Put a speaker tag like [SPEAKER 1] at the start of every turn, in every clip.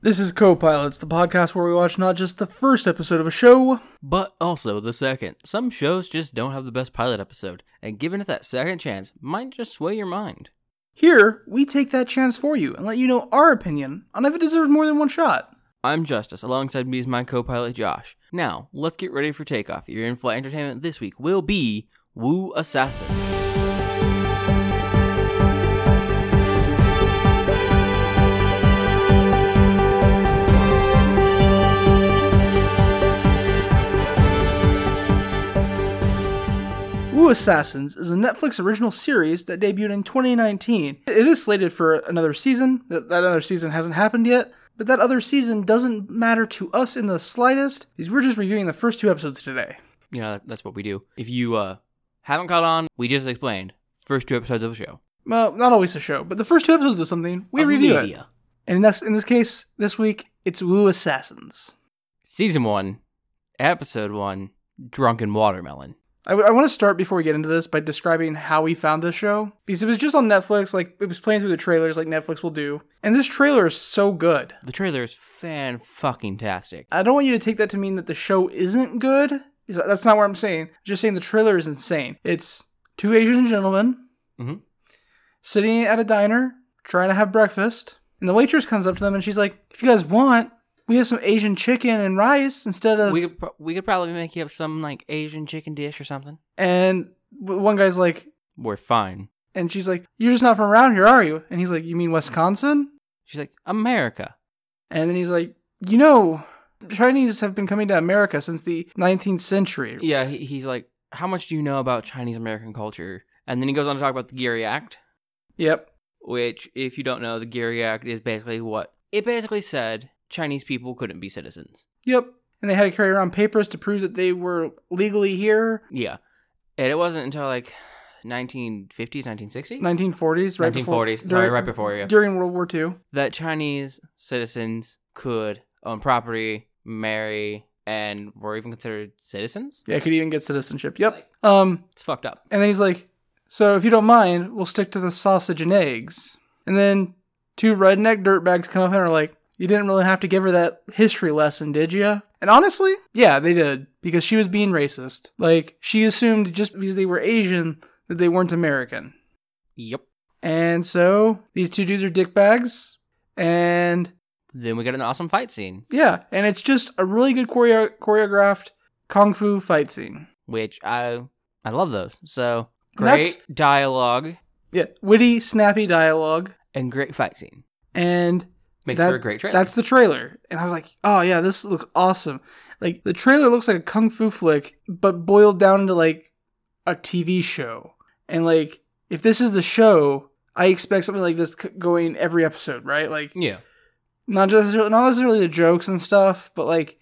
[SPEAKER 1] This is Co-Pilots, the podcast where we watch not just the first episode of a show.
[SPEAKER 2] But also the second. Some shows just don't have the best pilot episode, and giving it that second chance might just sway your mind.
[SPEAKER 1] Here, we take that chance for you and let you know our opinion on if it deserves more than one shot.
[SPEAKER 2] I'm Justice, alongside me is my co pilot Josh. Now, let's get ready for takeoff. Your in flight entertainment this week will be Woo Assassin.
[SPEAKER 1] Woo Assassins is a Netflix original series that debuted in 2019. It is slated for another season. That, that other season hasn't happened yet, but that other season doesn't matter to us in the slightest, because we're just reviewing the first two episodes today.
[SPEAKER 2] You know, that's what we do. If you uh, haven't caught on, we just explained first two episodes of a show.
[SPEAKER 1] Well, not always a show, but the first two episodes of something, we
[SPEAKER 2] Of
[SPEAKER 1] review it.
[SPEAKER 2] media.
[SPEAKER 1] And in this, in this case, this week, it's Woo Assassins.
[SPEAKER 2] Season 1, Episode 1, Drunken Watermelon.
[SPEAKER 1] I, want to start before we get into this by describing how we found this show because it was just on Netflix. Like it was playing through the trailers, like Netflix will do. And this trailer is so good.
[SPEAKER 2] The trailer is fan fucking tastic.
[SPEAKER 1] I don't want you to take that to mean that the show isn't good. 'cause That's not what I'm saying. I'm just saying the trailer is insane. It's two Asian gentlemen
[SPEAKER 2] Mhm.
[SPEAKER 1] sitting at a diner trying to have breakfast, and the waitress comes up to them and she's like, "If you guys want, we have some Asian chicken and rice instead of."
[SPEAKER 2] We could, pro- we could probably make you up some like Asian chicken dish or something.
[SPEAKER 1] and w- one guy's like,
[SPEAKER 2] We're fine.
[SPEAKER 1] and she's like, "You're just not from around here, are you?" And he's like, "You mean Wisconsin?"
[SPEAKER 2] She's like, America.
[SPEAKER 1] And then he's like, "You know, Chinese have been coming to America since the 19th century."
[SPEAKER 2] Yeah, he, he's like, how much do you know about Chinese American culture? And then he goes on to talk about the Geary Act,
[SPEAKER 1] Yep.
[SPEAKER 2] which, if you don't know, the Geary Act is basically what it basically said Chinese people couldn't be citizens.
[SPEAKER 1] Yep. And they had to carry around papers to prove that they were legally here.
[SPEAKER 2] Yeah. And it wasn't until like 1950s, 1960s?
[SPEAKER 1] 1940s, right? before-
[SPEAKER 2] 1940s, sorry,
[SPEAKER 1] during-
[SPEAKER 2] right before, yeah.
[SPEAKER 1] During World War II.
[SPEAKER 2] that Chinese citizens could own property, marry, and were even considered citizens?
[SPEAKER 1] Yeah, could even get citizenship. Yep. Um,
[SPEAKER 2] It's fucked up.
[SPEAKER 1] and then he's like, "So if you don't mind, we'll stick to the sausage and eggs." And then two redneck dirtbags come up and are like, "You didn't really have to give her that history lesson, did you?" And honestly, yeah, they did because she was being racist. Like she assumed just because they were Asian that they weren't American.
[SPEAKER 2] Yep.
[SPEAKER 1] And so these two dudes are dickbags, and
[SPEAKER 2] Then we get an awesome fight scene,
[SPEAKER 1] yeah, and it's just a really good choreo- choreographed kung fu fight scene.
[SPEAKER 2] which I I love those. So
[SPEAKER 1] And that's-
[SPEAKER 2] great dialogue
[SPEAKER 1] Yeah, witty, snappy dialogue,
[SPEAKER 2] and great fight scene.
[SPEAKER 1] and
[SPEAKER 2] Makes
[SPEAKER 1] That-
[SPEAKER 2] for a great trailer.
[SPEAKER 1] That's the trailer. And I was like, oh yeah, this looks awesome. Like the trailer looks like a kung fu flick, but boiled down into like a TV show. And like if this is the show, I expect something like this c- going every episode, right? Like
[SPEAKER 2] yeah.
[SPEAKER 1] not just not necessarily the jokes and stuff, but like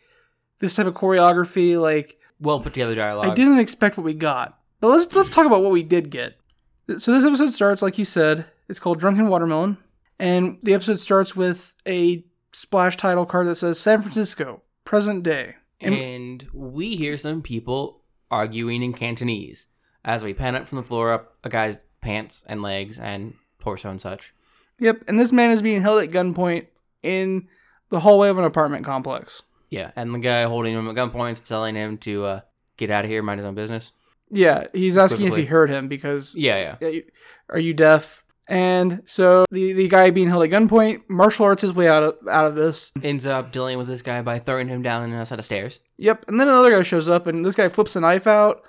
[SPEAKER 1] this type of choreography. Like
[SPEAKER 2] Well put together dialogue.
[SPEAKER 1] I didn't expect what we got. But let's let's talk about what we did get. So this episode starts, like you said, it's called Drunken Watermelon, and the episode starts with a splash title card that says San Francisco, present day. And
[SPEAKER 2] and we hear some people arguing in Cantonese as we pan up from the floor up a guy's pants and legs and torso and such.
[SPEAKER 1] yep, and this man is being held at gunpoint in the hallway of an apartment complex.
[SPEAKER 2] Yeah, and the guy holding him at gunpoint is telling him to uh, get out of here, mind his own business.
[SPEAKER 1] Yeah, he's asking if he
[SPEAKER 2] Equivocally.
[SPEAKER 1] heard him because
[SPEAKER 2] Yeah, yeah.
[SPEAKER 1] Yeah, you- are you deaf? And so the the guy being held at gunpoint, martial arts his way out of out of this.
[SPEAKER 2] Ends up dealing with this guy by throwing him down a set of stairs.
[SPEAKER 1] Yep, and then another guy shows up, and this guy flips a knife out.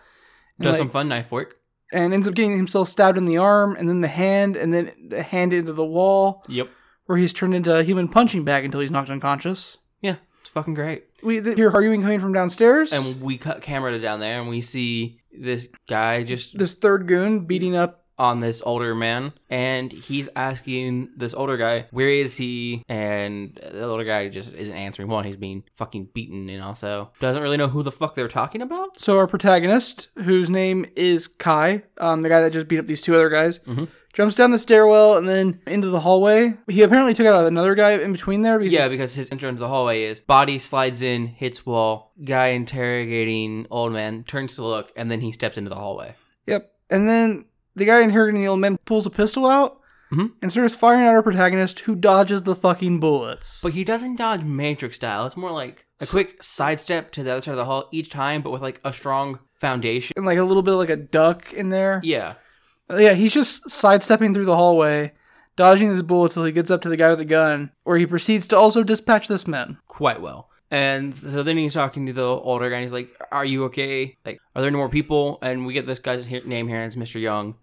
[SPEAKER 1] and,
[SPEAKER 2] Does
[SPEAKER 1] like-
[SPEAKER 2] some fun knife work.
[SPEAKER 1] and ends up getting himself stabbed in the arm and then the hand and then the hand into the wall
[SPEAKER 2] Yep.
[SPEAKER 1] where he's turned into a human punching bag until he's knocked unconscious.
[SPEAKER 2] Yeah, it's fucking great.
[SPEAKER 1] We th- hear arguing coming from downstairs
[SPEAKER 2] And we cut camera to down there and we see this guy just
[SPEAKER 1] this third goon beating up.
[SPEAKER 2] on this older man and he's asking this older guy where is he and the older guy just isn't answering one he's being fucking beaten and also doesn't really know who the fuck they're talking about
[SPEAKER 1] So our protagonist, whose name is Kai, um, the guy that just beat up these two other guys,
[SPEAKER 2] Mhm.
[SPEAKER 1] jumps down the stairwell and then into the hallway. He apparently took out another guy in between there. Because
[SPEAKER 2] yeah because his intro into the hallway is body slides in hits wall guy interrogating old man turns to look and then he steps into the hallway
[SPEAKER 1] Yep. And then the guy inheriting the old man pulls a pistol out
[SPEAKER 2] Mhm.
[SPEAKER 1] and starts firing at our protagonist who dodges the fucking bullets.
[SPEAKER 2] But he doesn't dodge Matrix style. It's more like a quick sidestep to the other side of the hall each time, but with like a strong foundation.
[SPEAKER 1] and like a little bit of like a duck in there.
[SPEAKER 2] Yeah.
[SPEAKER 1] Yeah, he's just sidestepping through the hallway, dodging these bullets till he gets up to the guy with the gun, where he proceeds to also dispatch this man.
[SPEAKER 2] quite well. And so then he's talking to the older guy, and he's like, "Are you okay? Like, are there any more people?" And we get this guy's he- name here, and it's Mr. Young.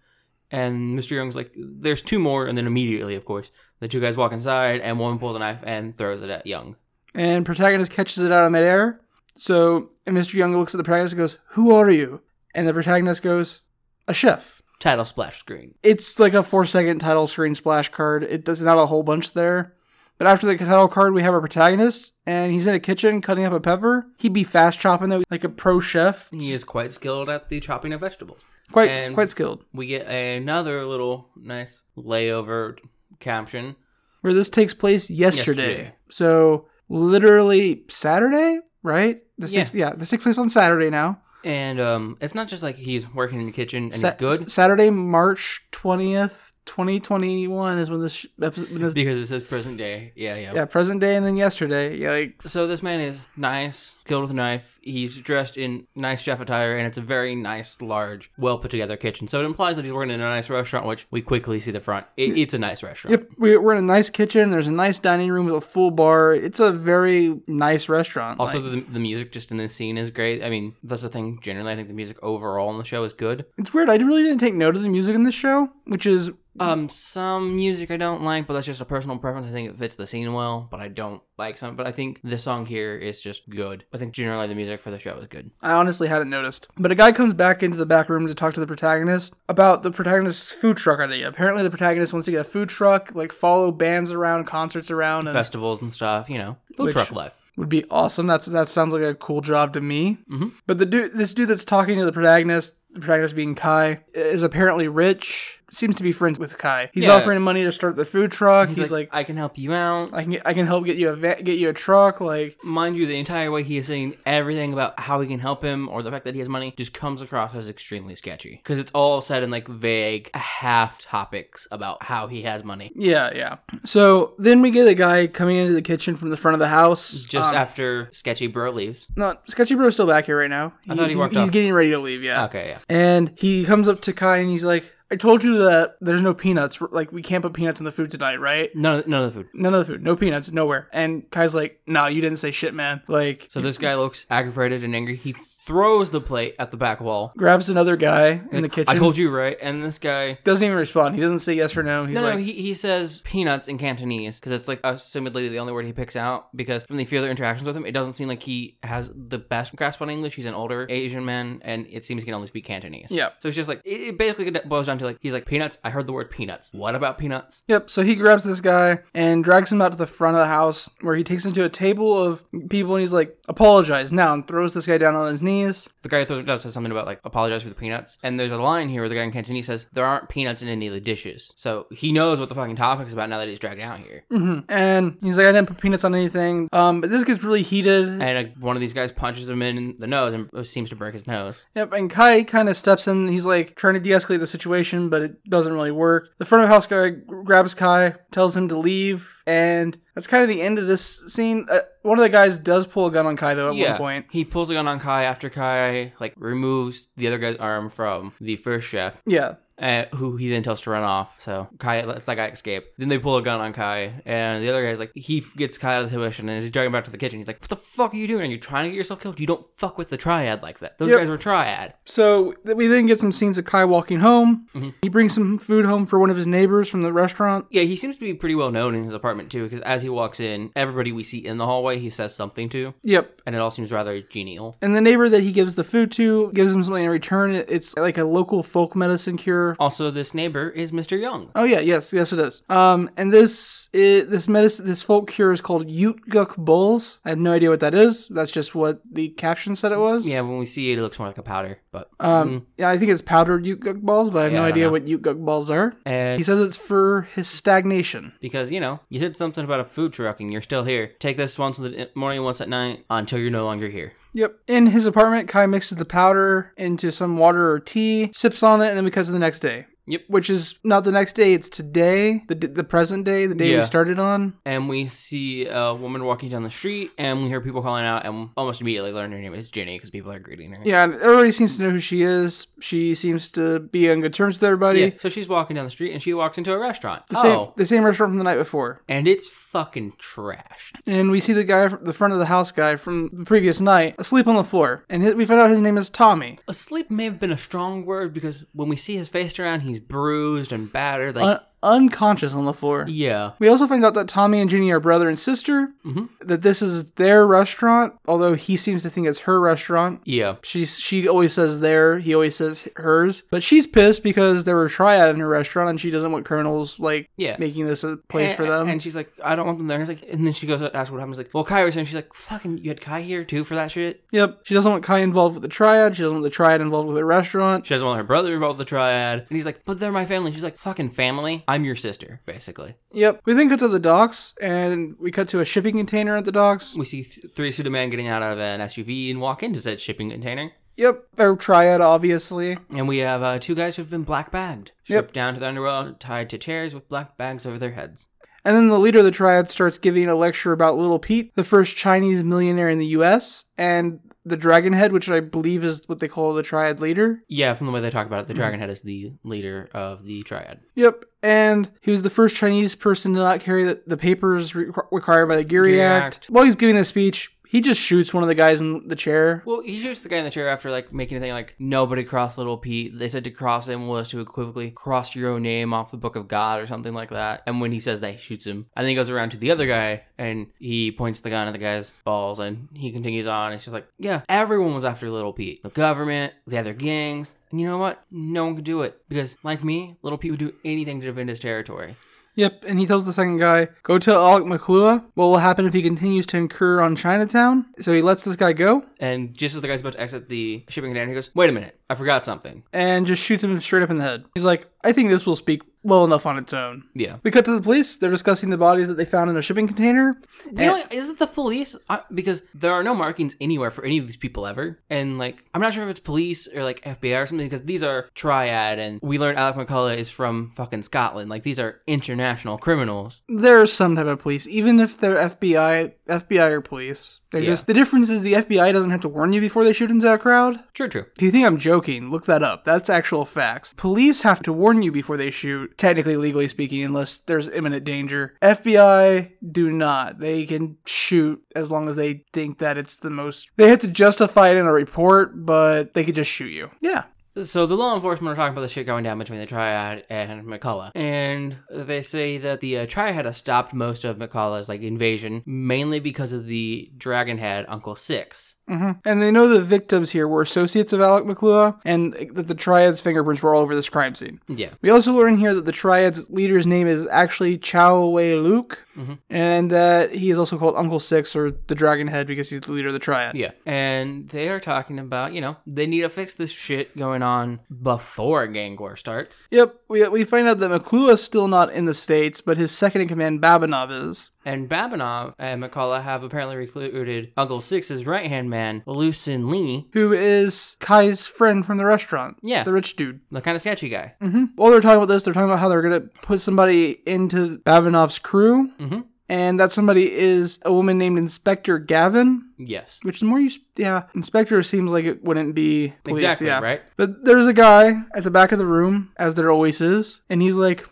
[SPEAKER 2] And Mr. Young's like, "There's two more," and then immediately, of course, the two guys walk inside, and one pulls a knife and throws it at Young.
[SPEAKER 1] And protagonist catches it out of midair. So and Mr. Young looks at the protagonist and goes, Who are you? And the protagonist goes, A chef.
[SPEAKER 2] Title splash screen.
[SPEAKER 1] It's like a four second title screen splash card. It does not a whole bunch there. But after the title card, we have our protagonist, and he's in a kitchen cutting up a pepper. He'd be fast chopping though, like a pro chef.
[SPEAKER 2] He is quite skilled at the chopping of vegetables.
[SPEAKER 1] quite
[SPEAKER 2] and-
[SPEAKER 1] quite skilled.
[SPEAKER 2] We get another little nice layover caption.
[SPEAKER 1] where this takes place yesterday.
[SPEAKER 2] Yesterday.
[SPEAKER 1] So literally Saturday, right? This
[SPEAKER 2] Yeah.
[SPEAKER 1] takes yeah, this takes place on Saturday now.
[SPEAKER 2] And um, it's not just like he's working in the kitchen and
[SPEAKER 1] Sa-
[SPEAKER 2] he's good
[SPEAKER 1] Saturday, March twentieth, twenty twenty one is when this sh- episode. When this,
[SPEAKER 2] because it says present day. Yeah, yeah.
[SPEAKER 1] yeah, present day and then yesterday. Yeah, like
[SPEAKER 2] So this man is nice, killed with a knife. He's dressed in nice chef attire, and it's a very nice, large, well put together kitchen. So it implies that he's working in a nice restaurant, which we quickly see the front. It, it's a nice restaurant.
[SPEAKER 1] yep, we, we're in a nice kitchen. There's a nice dining room with a full bar. It's a very nice restaurant.
[SPEAKER 2] Also,
[SPEAKER 1] like,
[SPEAKER 2] the, the music just in this scene is great. I mean, that's the thing. Generally, I think the music overall in the show is good.
[SPEAKER 1] it's weird. I really didn't take note of the music in this show, which is
[SPEAKER 2] Um, some music I don't like, but that's just a personal preference. I think it fits the scene well, but I don't like some. But I think this song here is just good. I think generally the music for the show is good.
[SPEAKER 1] I honestly hadn't noticed. But a guy comes back into the back room to talk to the protagonist about the protagonist's food truck idea. Apparently, the protagonist wants to get a food truck, like follow bands around, concerts around, and
[SPEAKER 2] Festivals and stuff, you know, food
[SPEAKER 1] Which-
[SPEAKER 2] truck life.
[SPEAKER 1] would be awesome. That's that sounds like a cool job to me.
[SPEAKER 2] Mhm.
[SPEAKER 1] But the dude, this dude that's talking to the protagonist, the protagonist being Kai, is apparently rich. Seems to be friends with Kai. He's
[SPEAKER 2] Yeah.
[SPEAKER 1] offering him money to start the food truck. He's,
[SPEAKER 2] He's,
[SPEAKER 1] like,
[SPEAKER 2] like, I can help you out.
[SPEAKER 1] I can get, I can help get you a va- get you a truck. Like
[SPEAKER 2] mind you, the entire way he is saying everything about how he can help him or the fact that he has money just comes across as extremely sketchy because it's all said in like vague half topics about how he has money.
[SPEAKER 1] yeah, yeah. So then we get a guy coming into the kitchen from the front of the house.
[SPEAKER 2] Just
[SPEAKER 1] um,
[SPEAKER 2] after sketchy bro leaves.
[SPEAKER 1] No, Sketchy Bro's still back here right now.
[SPEAKER 2] I thought he walked
[SPEAKER 1] He's
[SPEAKER 2] off.
[SPEAKER 1] getting ready to leave, yeah.
[SPEAKER 2] Okay, yeah.
[SPEAKER 1] And he comes up to Kai and he's like, I told you that there's no peanuts. Like, we can't put peanuts in the food tonight, right?
[SPEAKER 2] None, none of the food.
[SPEAKER 1] None of the food. No peanuts, nowhere. And Kai's like, nah, you didn't say shit, man. Like,
[SPEAKER 2] So this guy looks aggravated and angry. He throws the plate at the back wall.
[SPEAKER 1] grabs another guy in the kitchen.
[SPEAKER 2] I told you, right? And this guy.
[SPEAKER 1] doesn't even respond. He doesn't say yes or no. He's
[SPEAKER 2] No,
[SPEAKER 1] like,
[SPEAKER 2] no, he, he says peanuts in Cantonese because it's like assumedly the only word he picks out because from the few other interactions with him, it doesn't seem like he has the best grasp on English. He's an older Asian man and it seems he can only speak Cantonese.
[SPEAKER 1] Yeah.
[SPEAKER 2] So it's just like, it, it basically boils down to like, he's like, peanuts? I heard the word peanuts. What about peanuts?
[SPEAKER 1] Yep, so he grabs this guy and drags him out to the front of the house where he takes him to a table of people and he's like, apologize now, and throws this guy down on his knees.
[SPEAKER 2] The guy who throws it down says something about like, apologize for the peanuts. And there's a line here where the guy in Cantonese says, there aren't peanuts in any of the dishes. So he knows what the fucking topic's about now that he's dragged out here.
[SPEAKER 1] hmm And he's like, I didn't put peanuts on anything. Um, but this gets really heated.
[SPEAKER 2] And uh, one of these guys punches him in the nose and seems to break his nose.
[SPEAKER 1] yep. And Kai kind of steps in. He's like trying to de-escalate the situation, but it doesn't really work. The front of house guy grabs Kai, tells him to leave, and that's kind of the end of this scene. Uh, one of the guys does pull a gun on Kai though at one point.
[SPEAKER 2] He pulls a gun on Kai after Kai like removes the other guy's arm from the first chef,
[SPEAKER 1] Yeah.
[SPEAKER 2] uh, who he then tells to run off. So Kai lets that guy escape. Then they pull a gun on Kai, and the other guy's like he gets Kai out of the situation and he's dragging him back to the kitchen. He's like, "What the fuck are you doing? Are you trying to get yourself killed? You don't fuck with the triad like that. Those
[SPEAKER 1] Yep.
[SPEAKER 2] guys were triad."
[SPEAKER 1] So th- we then get some scenes of Kai walking home. He brings some food home for one of his neighbors from the restaurant.
[SPEAKER 2] Yeah, he seems to be pretty well known in his apartment too, because as he walks in, everybody we see in the hallway, he says something to,
[SPEAKER 1] Yep.
[SPEAKER 2] and it all seems rather genial.
[SPEAKER 1] And the neighbor that he gives the food to gives him something in return. It- It's like a local folk medicine cure.
[SPEAKER 2] Also, this neighbor is Mr. Young.
[SPEAKER 1] Oh yeah, yes, yes it is. Um, and this i this medicine, this folk cure is called Yutguk Bulls. I had no idea what that is. That's just what the caption said it was.
[SPEAKER 2] Yeah, when we see it, it looks more like a powder, but
[SPEAKER 1] Um, yeah, I think it's powdered Yutguk balls, but I have
[SPEAKER 2] Yeah,
[SPEAKER 1] no
[SPEAKER 2] I don't
[SPEAKER 1] idea
[SPEAKER 2] know.
[SPEAKER 1] what Yutguk balls are.
[SPEAKER 2] and
[SPEAKER 1] He says it's for his stagnation.
[SPEAKER 2] Because, you know, you said something about a food truck and you're still here. Take this once in the morning, once at night, until you're no longer here.
[SPEAKER 1] Yep. In his apartment, Kai mixes the powder into some water or tea, sips on it, and then we cut to the next day.
[SPEAKER 2] Yep.
[SPEAKER 1] Which is not the next day; it's today, the d- the present day, the day
[SPEAKER 2] Yeah.
[SPEAKER 1] we started on.
[SPEAKER 2] and we see a woman walking down the street, and we hear people calling out, and almost immediately learn her name is Jenny because people are greeting her.
[SPEAKER 1] Yeah, and everybody seems to know who she is. She seems to be on good terms with everybody.
[SPEAKER 2] Yeah, So she's walking down the street, and she walks into a restaurant.
[SPEAKER 1] The
[SPEAKER 2] oh,
[SPEAKER 1] same, the same restaurant from the night before,
[SPEAKER 2] and it's fucking trashed.
[SPEAKER 1] and we see the guy, the front of the house guy from the previous night, asleep on the floor, and hi- we find out his name is Tommy.
[SPEAKER 2] Asleep may have been a strong word because when we see his face around, he's bruised and battered. Like,
[SPEAKER 1] un- unconscious on the floor.
[SPEAKER 2] yeah,
[SPEAKER 1] We also find out that Tommy and Ginny are brother and sister,
[SPEAKER 2] Mhm.
[SPEAKER 1] that this is their restaurant, although he seems to think it's her restaurant.
[SPEAKER 2] yeah,
[SPEAKER 1] She's, she always says their, he always says hers. But she's pissed because there were triad in her restaurant and she doesn't want criminals, like,
[SPEAKER 2] yeah.
[SPEAKER 1] making this a place
[SPEAKER 2] and,
[SPEAKER 1] for them.
[SPEAKER 2] Eh, And she's like, I don't want them there. And, he's like, and then she goes, asks what happens. Like, well, Kai was here. And she's like, fucking, you had Kai here too for that shit?
[SPEAKER 1] yep. She doesn't want Kai involved with the triad. She doesn't want the triad involved with her restaurant.
[SPEAKER 2] She doesn't want her brother involved with the triad. And he's like, but they're my family. She's like, fucking family. I'm your sister, basically.
[SPEAKER 1] Yep. We then cut to the docks and we cut to a shipping container at the docks.
[SPEAKER 2] We see th- three pseudo men getting out of an SUV and walk into said shipping container.
[SPEAKER 1] Yep. They're triad, obviously.
[SPEAKER 2] And we have uh, two guys who've been black bagged, stripped down to their underwear, tied to chairs with black bags over their heads.
[SPEAKER 1] And then the leader of the triad starts giving a lecture about Little Pete, the first Chinese millionaire in the US, and the Dragon Head, which I believe is what they call the triad leader.
[SPEAKER 2] Yeah, from the way they talk about it, the dragon head is the leader of the triad.
[SPEAKER 1] Yep. And he was the first Chinese person to not carry the, the papers re- required by the Geary
[SPEAKER 2] Geary
[SPEAKER 1] Act.
[SPEAKER 2] Act.
[SPEAKER 1] While he's giving this speech, he just shoots one of the guys in the chair.
[SPEAKER 2] Well, he shoots the guy in the chair after like making a thing like nobody crossed little Pete. They said to cross him was to equivocally cross your own name off the book of God or something like that. And when he says that, he shoots him. And then he goes around to the other guy and he points the gun at the guy's balls and he continues on. It's just like, yeah, everyone was after little Pete. The government, the other gangs. And you know what? No one could do it because, like me, little Pete would do anything to defend his territory.
[SPEAKER 1] Yep. And he tells the second guy, go tell Alec McClure what will happen if he continues to incur on Chinatown. So he lets this guy go
[SPEAKER 2] And just as the guy's about to exit the shipping container, he goes, wait a minute, I forgot something.
[SPEAKER 1] and just shoots him straight up in the head. He's like, I think this will speak well enough on its own.
[SPEAKER 2] Yeah.
[SPEAKER 1] We cut to the police. They're discussing the bodies that they found in a shipping container.
[SPEAKER 2] Really? Is it the police? I, because there are no markings anywhere for any of these people ever. And, like, I'm not sure if it's police or, like, FBI or something, because these are triad, and we learned Alec McCullough is from fucking Scotland. Like, these are international criminals.
[SPEAKER 1] There's some type of police, even if they're FBI, FBI or police. They're
[SPEAKER 2] Yeah.
[SPEAKER 1] just the difference is the FBI doesn't have to warn you before they shoot into a crowd.
[SPEAKER 2] True, true.
[SPEAKER 1] If you think I'm joking, look that up. That's actual facts. Police have to warn you before they shoot, technically, legally speaking, unless there's imminent danger. FBI do not. They can shoot as long as they think that it's the most. They have to justify it in a report, but they could just shoot you. Yeah.
[SPEAKER 2] So the law enforcement are talking about the shit going down between the Triad and McCullough, and they say that the uh, Triad has stopped most of McCullough's like invasion, mainly because of the Dragonhead Uncle Six.
[SPEAKER 1] hmm And they know the victims here were associates of Alec McClure and that the Triad's fingerprints were all over this crime scene.
[SPEAKER 2] Yeah,
[SPEAKER 1] We also learn here that the Triad's leader's name is actually Chow Wei Luke
[SPEAKER 2] Mhm.
[SPEAKER 1] and that he is also called Uncle Six or the Dragon Head because he's the leader of the Triad.
[SPEAKER 2] yeah, and they are talking about you know they need to fix this shit going on before gang war starts,
[SPEAKER 1] Yep, we, we find out that McClure is still not in the States, but his second in command, Babanov, is.
[SPEAKER 2] and Babinov and McCullough have apparently recruited Uncle Six's right hand man, Lucin Lee,
[SPEAKER 1] Who is Kai's friend from the restaurant?
[SPEAKER 2] Yeah.
[SPEAKER 1] The rich dude.
[SPEAKER 2] the kind of sketchy guy.
[SPEAKER 1] hmm While they're talking about this, they're talking about how they're going to put somebody into Babanov's crew.
[SPEAKER 2] Mm-hmm.
[SPEAKER 1] and that somebody is a woman named Inspector Gavin.
[SPEAKER 2] Yes,
[SPEAKER 1] Which the more you, yeah, Inspector seems like it wouldn't be police,
[SPEAKER 2] exactly
[SPEAKER 1] yeah.
[SPEAKER 2] right.
[SPEAKER 1] But there's a guy at the back of the room, as there always is, and he's like,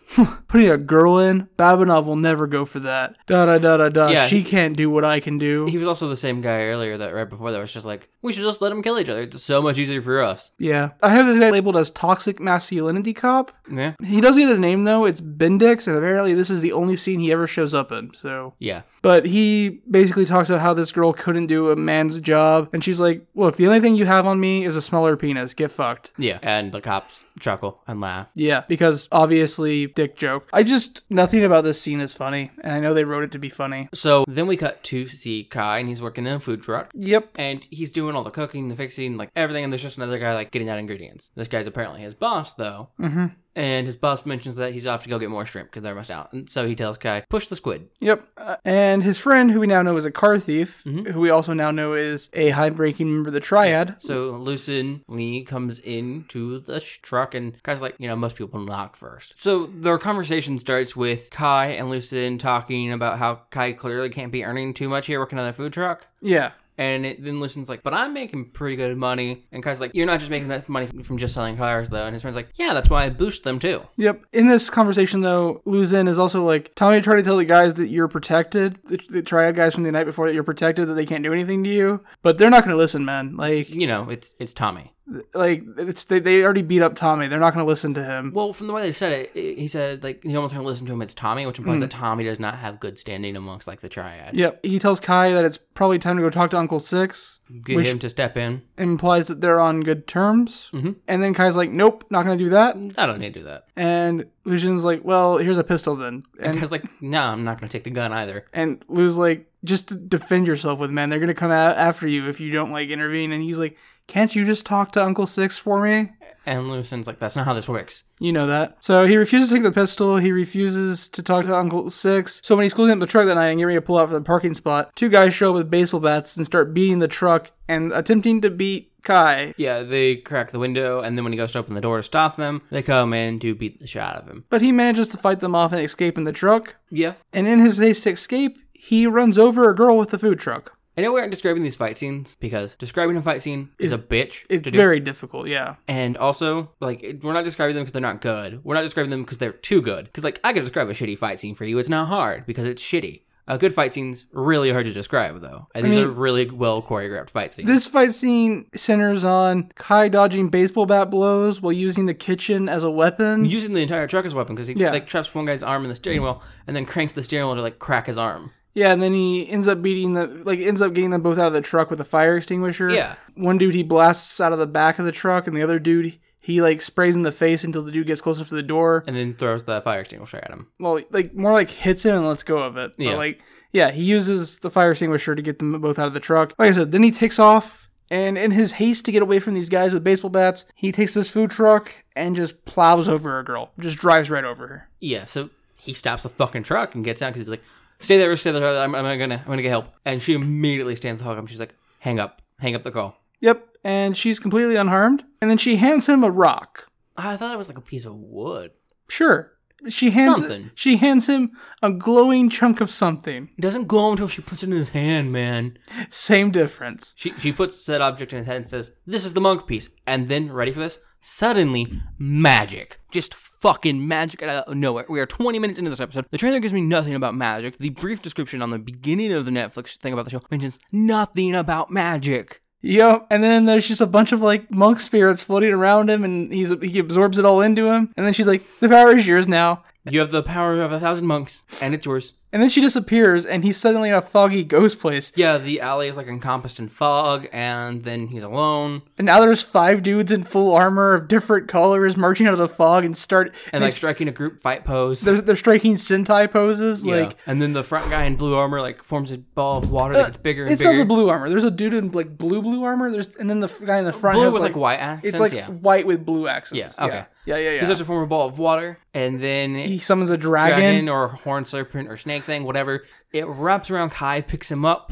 [SPEAKER 1] putting a girl in. Babanov will never go for that. Da da da da da.
[SPEAKER 2] Yeah,
[SPEAKER 1] she
[SPEAKER 2] he-
[SPEAKER 1] can't do what I can do.
[SPEAKER 2] He was also the same guy earlier that right before that was just like, we should just let them kill each other. It's so much easier for us.
[SPEAKER 1] yeah, I have this guy labeled as toxic masculinity cop.
[SPEAKER 2] Yeah.
[SPEAKER 1] He does get a name though. It's Bendix, and apparently this is the only scene he ever shows up in. So
[SPEAKER 2] Yeah.
[SPEAKER 1] But he basically talks about how this girl couldn't do a man's job. And she's like, Look, the only thing you have on me is a smaller penis. Get fucked.
[SPEAKER 2] Yeah. And the cops chuckle and laugh.
[SPEAKER 1] Yeah, because obviously, dick joke. I just, nothing about this scene is funny. And I know they wrote it to be funny.
[SPEAKER 2] So then we cut to see Kai and he's working in a food truck.
[SPEAKER 1] Yep.
[SPEAKER 2] And he's doing all the cooking, the fixing, like everything, and there's just another guy like getting out ingredients. This guy's apparently his boss though.
[SPEAKER 1] Mhm.
[SPEAKER 2] And his boss mentions that he's off to go get more shrimp because they're almost out. And so he tells Kai, push the squid.
[SPEAKER 1] Yep. Uh, and his friend, who we now know is a car thief,
[SPEAKER 2] Mhm.
[SPEAKER 1] who we also now know is a high ranking member of the triad.
[SPEAKER 2] So Lucin Lee comes into the sh- truck and Kai's like, you know, most people knock first. So their conversation starts with Kai and Lucin talking about how Kai clearly can't be earning too much here working on the food truck.
[SPEAKER 1] Yeah.
[SPEAKER 2] And it, then Lucin's like, but I'm making pretty good money. And Kai's like, you're not just making that money from just selling cars, though. And his friend's like, yeah, that's why I boost them, too.
[SPEAKER 1] Yep. In this conversation, though, Luzin is also like, Tommy tried to tell the guys that you're protected, the, the triad guys from the night before that you're protected, that they can't do anything to you. But they're not going to listen, man. Like,
[SPEAKER 2] You know, it's it's Tommy.
[SPEAKER 1] like it's they, they already beat up Tommy. They're not going to listen to him.
[SPEAKER 2] Well, from the way they said it, it- he said, like, he almost going to listen to him. It's Tommy, which implies that Tommy does not have good standing amongst, like, the triad.
[SPEAKER 1] Yep. He tells Kai that it's probably time to go talk to Uncle Six.
[SPEAKER 2] Get
[SPEAKER 1] Which-
[SPEAKER 2] him to step in.
[SPEAKER 1] Implies that they're on good terms.
[SPEAKER 2] Mhm.
[SPEAKER 1] And then Kai's like, nope, not going to do that.
[SPEAKER 2] I don't need to do that.
[SPEAKER 1] And Lucian's like, well, here's a pistol then.
[SPEAKER 2] And
[SPEAKER 1] And
[SPEAKER 2] Kai's like, no, I'm not going to take the gun either.
[SPEAKER 1] and Lou's like, just defend yourself with men. They're gonna come out after you if you don't like intervene. And he's like, can't you just talk to Uncle Six for me?
[SPEAKER 2] And Lucin's like, that's not how this works.
[SPEAKER 1] You know that. So he refuses to take the pistol. He refuses to talk to Uncle Six. So when he's closing up the truck that night and getting ready to pull out for the parking spot, two guys show up with baseball bats and start beating the truck and attempting to beat Kai.
[SPEAKER 2] Yeah, they crack the window, and then when he goes to open the door to stop them, they come in to beat the shit out of him.
[SPEAKER 1] But he manages to fight them off and escape in the truck.
[SPEAKER 2] Yeah,
[SPEAKER 1] And in his haste to escape, he runs over a girl with the food truck.
[SPEAKER 2] I know we aren't describing these fight scenes because describing a fight scene is,
[SPEAKER 1] Is-
[SPEAKER 2] a bitch.
[SPEAKER 1] It's
[SPEAKER 2] to do.
[SPEAKER 1] very difficult, yeah.
[SPEAKER 2] and also, like, it- we're not describing them because they're not good. We're not describing them because they're too good. Because, like, I could describe a shitty fight scene for you. It's not hard because it's shitty. A good fight scene's really hard to describe, though. And these
[SPEAKER 1] mean-
[SPEAKER 2] are really well choreographed fight scenes.
[SPEAKER 1] This fight scene centers on Kai dodging baseball bat blows while using the kitchen as a weapon.
[SPEAKER 2] Using the entire truck as a weapon because he
[SPEAKER 1] Yeah.
[SPEAKER 2] like traps one guy's arm in the steering wheel and then cranks the steering wheel to like crack his arm.
[SPEAKER 1] yeah, and then he ends up beating the like ends up getting them both out of the truck with a fire extinguisher.
[SPEAKER 2] Yeah.
[SPEAKER 1] One dude he blasts out of the back of the truck and the other dude he like sprays in the face until the dude gets close enough to the door.
[SPEAKER 2] And then throws the fire extinguisher at him.
[SPEAKER 1] Well, like more like hits him and lets go of it. But,
[SPEAKER 2] Yeah.
[SPEAKER 1] like yeah, he uses the fire extinguisher to get them both out of the truck. Like I said, then he takes off and in his haste to get away from these guys with baseball bats, he takes this food truck and just plows over a girl. Just drives right over her.
[SPEAKER 2] Yeah, so he stops the fucking truck and gets out because he's like, "Stay there, stay there. I'm, I'm gonna, I'm gonna get help." And she immediately stands the fuck up. She's like, "Hang up, hang up the call."
[SPEAKER 1] Yep, and she's completely unharmed. And then she hands him a rock.
[SPEAKER 2] I thought it was like a piece of wood.
[SPEAKER 1] Sure. She hands
[SPEAKER 2] Something.
[SPEAKER 1] she hands him a glowing chunk of something.
[SPEAKER 2] It doesn't glow until she puts it in his hand, man.
[SPEAKER 1] Same difference.
[SPEAKER 2] She she puts said object in his hand and says, "This is the monk piece." And then, ready for this? Suddenly, magic. Just fucking magic out of nowhere. We are 20 minutes into this episode. The trailer gives me nothing about magic. The brief description on the beginning of the Netflix thing about the show mentions nothing about magic.
[SPEAKER 1] Yep. And then there's just a bunch of like monk spirits floating around him and he's he absorbs it all into him. And then she's like, The power is yours now.
[SPEAKER 2] You have the power of a thousand monks, and it's yours.
[SPEAKER 1] And then she disappears and he's suddenly in a foggy ghost place.
[SPEAKER 2] Yeah, the alley is like encompassed in fog, and then he's alone.
[SPEAKER 1] And now there's five dudes in full armor of different colors marching out of the fog and start
[SPEAKER 2] And like striking a group fight pose.
[SPEAKER 1] they're, they're striking Sentai poses.
[SPEAKER 2] Yeah.
[SPEAKER 1] Like Uh,
[SPEAKER 2] and then the front guy in blue armor like forms a ball of water that gets bigger and
[SPEAKER 1] It's
[SPEAKER 2] bigger.
[SPEAKER 1] not the blue armor. There's a dude in like blue blue armor. There's and then the f- guy in the front
[SPEAKER 2] blue
[SPEAKER 1] has
[SPEAKER 2] with like,
[SPEAKER 1] like,
[SPEAKER 2] white accents.
[SPEAKER 1] it's like
[SPEAKER 2] yeah.
[SPEAKER 1] white with blue accents.
[SPEAKER 2] Yeah, okay.
[SPEAKER 1] Yeah. Yeah.
[SPEAKER 2] He
[SPEAKER 1] Yeah.
[SPEAKER 2] starts to form a ball of water, and then
[SPEAKER 1] he summons a dragon.
[SPEAKER 2] dragon or horn serpent or snake thing, whatever, it wraps around Kai, picks him up,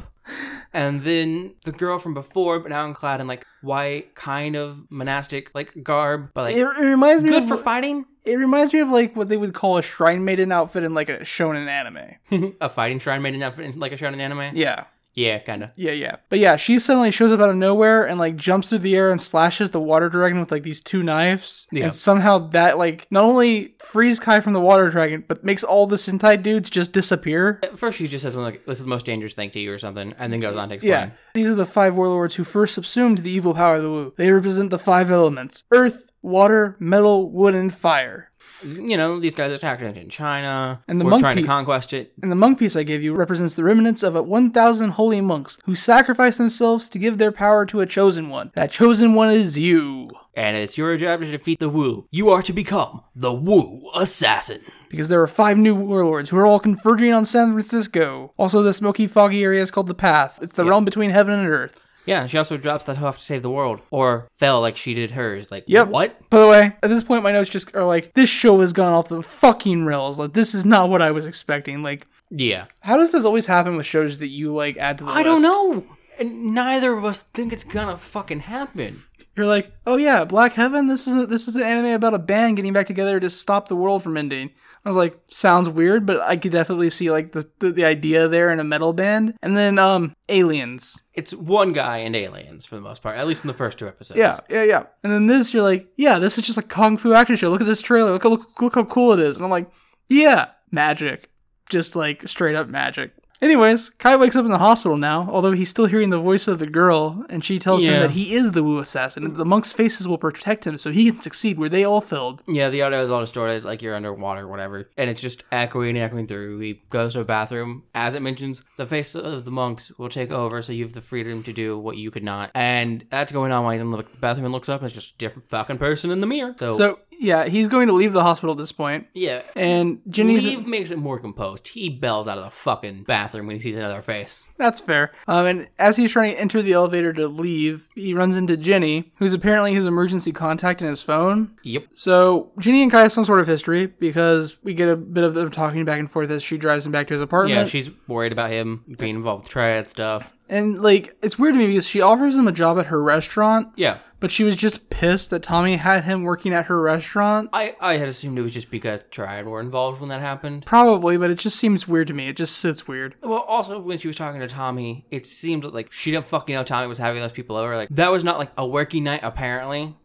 [SPEAKER 2] and then the girl from before, but now in clad in like white, kind of monastic like garb, but like
[SPEAKER 1] it, it reminds me
[SPEAKER 2] good
[SPEAKER 1] of
[SPEAKER 2] for fighting,
[SPEAKER 1] it reminds me of like what they would call a shrine maiden outfit in like a shonen anime.
[SPEAKER 2] a fighting shrine made in that like a shonen anime. Yeah,
[SPEAKER 1] Yeah.
[SPEAKER 2] kind of.
[SPEAKER 1] Yeah, yeah. But yeah, she suddenly shows up out of nowhere and like jumps through the air and slashes the water dragon with like these two knives.
[SPEAKER 2] Yeah.
[SPEAKER 1] And somehow that like not only frees Kai from the water dragon, but makes all the Sentai dudes just disappear.
[SPEAKER 2] At first, she just says something like, "This is the most dangerous thing to you" or something, and then goes on to explain.
[SPEAKER 1] Yeah. These are the five warlords who first subsumed the evil power of the Wu. They represent the five elements earth, water, metal, wood, and fire.
[SPEAKER 2] You know, these guys attacked it in China,
[SPEAKER 1] And the
[SPEAKER 2] we're
[SPEAKER 1] monk
[SPEAKER 2] trying to
[SPEAKER 1] pe-
[SPEAKER 2] conquest it.
[SPEAKER 1] And the monk piece I give you represents the remnants of a 1,000 holy monks who sacrificed themselves to give their power to a chosen one. That chosen one is you.
[SPEAKER 2] And it's your job to defeat the Wu. You are to become the Wu Assassin.
[SPEAKER 1] Because there are five new warlords who are all converging on San Francisco. Also, the smoky, foggy area is called the Path. It's the realm between heaven and earth.
[SPEAKER 2] Yeah, she also drops that he'll have to save the world or fell like she did hers. Like,
[SPEAKER 1] Yep.
[SPEAKER 2] what?
[SPEAKER 1] By the way, at this point, my notes just are like, this show has gone off the fucking rails. Like, this is not what I was expecting. Like,
[SPEAKER 2] Yeah.
[SPEAKER 1] how does this always happen with shows that you like add to the
[SPEAKER 2] I don't
[SPEAKER 1] list?
[SPEAKER 2] know. And neither of us think it's gonna fucking happen.
[SPEAKER 1] You're like, oh yeah, Black Heaven. This is a, this is an anime about a band getting back together to stop the world from ending. I was like, sounds weird, but I could definitely see like the the, the idea there in a metal band. And then um, aliens.
[SPEAKER 2] It's one guy and aliens for the most part, at least in the first two episodes.
[SPEAKER 1] Yeah, yeah, yeah. And then this, you're like, yeah, this is just a kung fu action show. Look at this trailer. Look look look how cool it is. And I'm like, yeah, magic, just like straight up magic. Anyways, Kai wakes up in the hospital now, although he's still hearing the voice of the girl, and she tells him
[SPEAKER 2] Yeah.
[SPEAKER 1] that he is the Wu assassin, and the monk's faces will protect him so he can succeed where they all failed.
[SPEAKER 2] Yeah, the audio is all distorted. It's like you're underwater, or whatever, and it's just echoing and echoing through. He goes to a bathroom. As it mentions, the face of the monks will take over, so you have the freedom to do what you could not. And that's going on while he's in the bathroom and looks up, and it's just a different fucking person in the mirror. So,
[SPEAKER 1] So yeah, he's going to leave the hospital at this point,
[SPEAKER 2] yeah,
[SPEAKER 1] and Ginny's
[SPEAKER 2] Leave makes it more composed. He bells out of the fucking bathroom when he sees another face.
[SPEAKER 1] that's fair. Um, and as he's trying to enter the elevator to leave, he runs into Ginny, who's apparently his emergency contact in his phone.
[SPEAKER 2] Yep.
[SPEAKER 1] So Ginny and Kai have some sort of history because we get a bit of them talking back and forth as she drives him back to his apartment.
[SPEAKER 2] Yeah, she's worried about him being involved with triad stuff.
[SPEAKER 1] and like it's weird to me because she offers him a job at her restaurant,
[SPEAKER 2] Yeah.
[SPEAKER 1] but she was just pissed that Tommy had him working at her restaurant.
[SPEAKER 2] I, I had assumed it was just because Triad were involved when that happened.
[SPEAKER 1] Probably, but it just seems weird to me. It just sits weird.
[SPEAKER 2] Well, also when she was talking to Tommy, it seemed like she didn't fucking know Tommy was having those people over. Like that was not like a working night apparently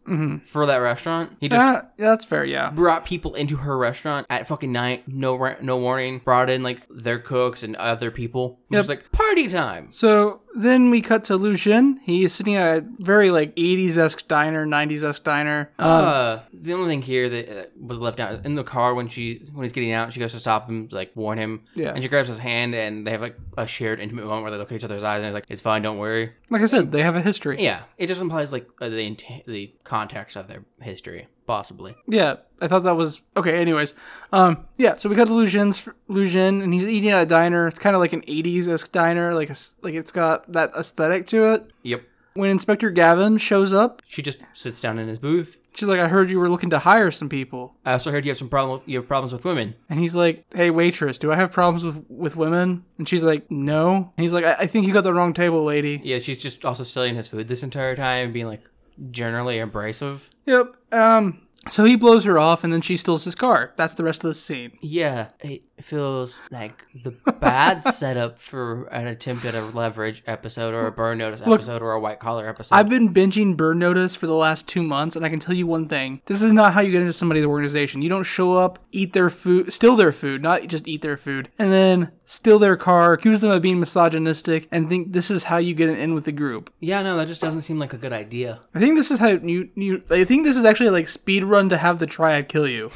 [SPEAKER 2] for that restaurant. He just
[SPEAKER 1] Mm-hmm. Ah, Yeah, that's fair. Yeah,
[SPEAKER 2] brought people into her restaurant at fucking night, no ra- no warning. Brought in like their cooks and other people. It
[SPEAKER 1] Yep.
[SPEAKER 2] was like party time.
[SPEAKER 1] So then we cut to Lu Jin. He is sitting at a very like 80s esque diner, 90s esque diner. Um,
[SPEAKER 2] uh, the only thing here that uh, was left out is in the car when she when he's getting out, she goes to stop him, to, like warn him.
[SPEAKER 1] Yeah.
[SPEAKER 2] And she grabs his hand, and they have like a shared intimate moment where they look at each other's eyes, and he's like, "It's fine, don't worry."
[SPEAKER 1] like I said, they have a history.
[SPEAKER 2] Yeah, it just implies like uh, the int- the context of their history, possibly.
[SPEAKER 1] Yeah, I thought that was okay. Anyways, um, yeah. So we got to Lujin's Lujin, and he's eating at a diner. It's kind of like an '80s esque diner, like a s like it's got that aesthetic to it.
[SPEAKER 2] Yep.
[SPEAKER 1] When Inspector Gavin shows up,
[SPEAKER 2] She just sits down in his booth.
[SPEAKER 1] she's like, "I heard you were looking to hire some people,"
[SPEAKER 2] I also heard you have some problem. You have problems with women.
[SPEAKER 1] and he's like, "Hey, waitress, do I have problems with with women?" And she's like, "No," and he's like, "I, I think you got the wrong table, lady."
[SPEAKER 2] Yeah, she's just also selling his food this entire time, being like generally abrasive.
[SPEAKER 1] Yep. Um. So he blows her off, and then she steals his car. That's the rest of the scene.
[SPEAKER 2] Yeah, it feels like the bad setup for an attempt at a leverage episode or a burn notice episode or a white collar episode.
[SPEAKER 1] I've been binging Burn Notice for the last two months, and I can tell you one thing: this is not how you get into somebody's organization. You don't show up, eat their food, steal their food, not just eat their food, and then steal their car, accuse them of being misogynistic, and think this is how you get an in with the group.
[SPEAKER 2] yeah, no, that just doesn't seem like a good idea.
[SPEAKER 1] I think this is how you. you I think this is actually like speed run to have the triad kill you.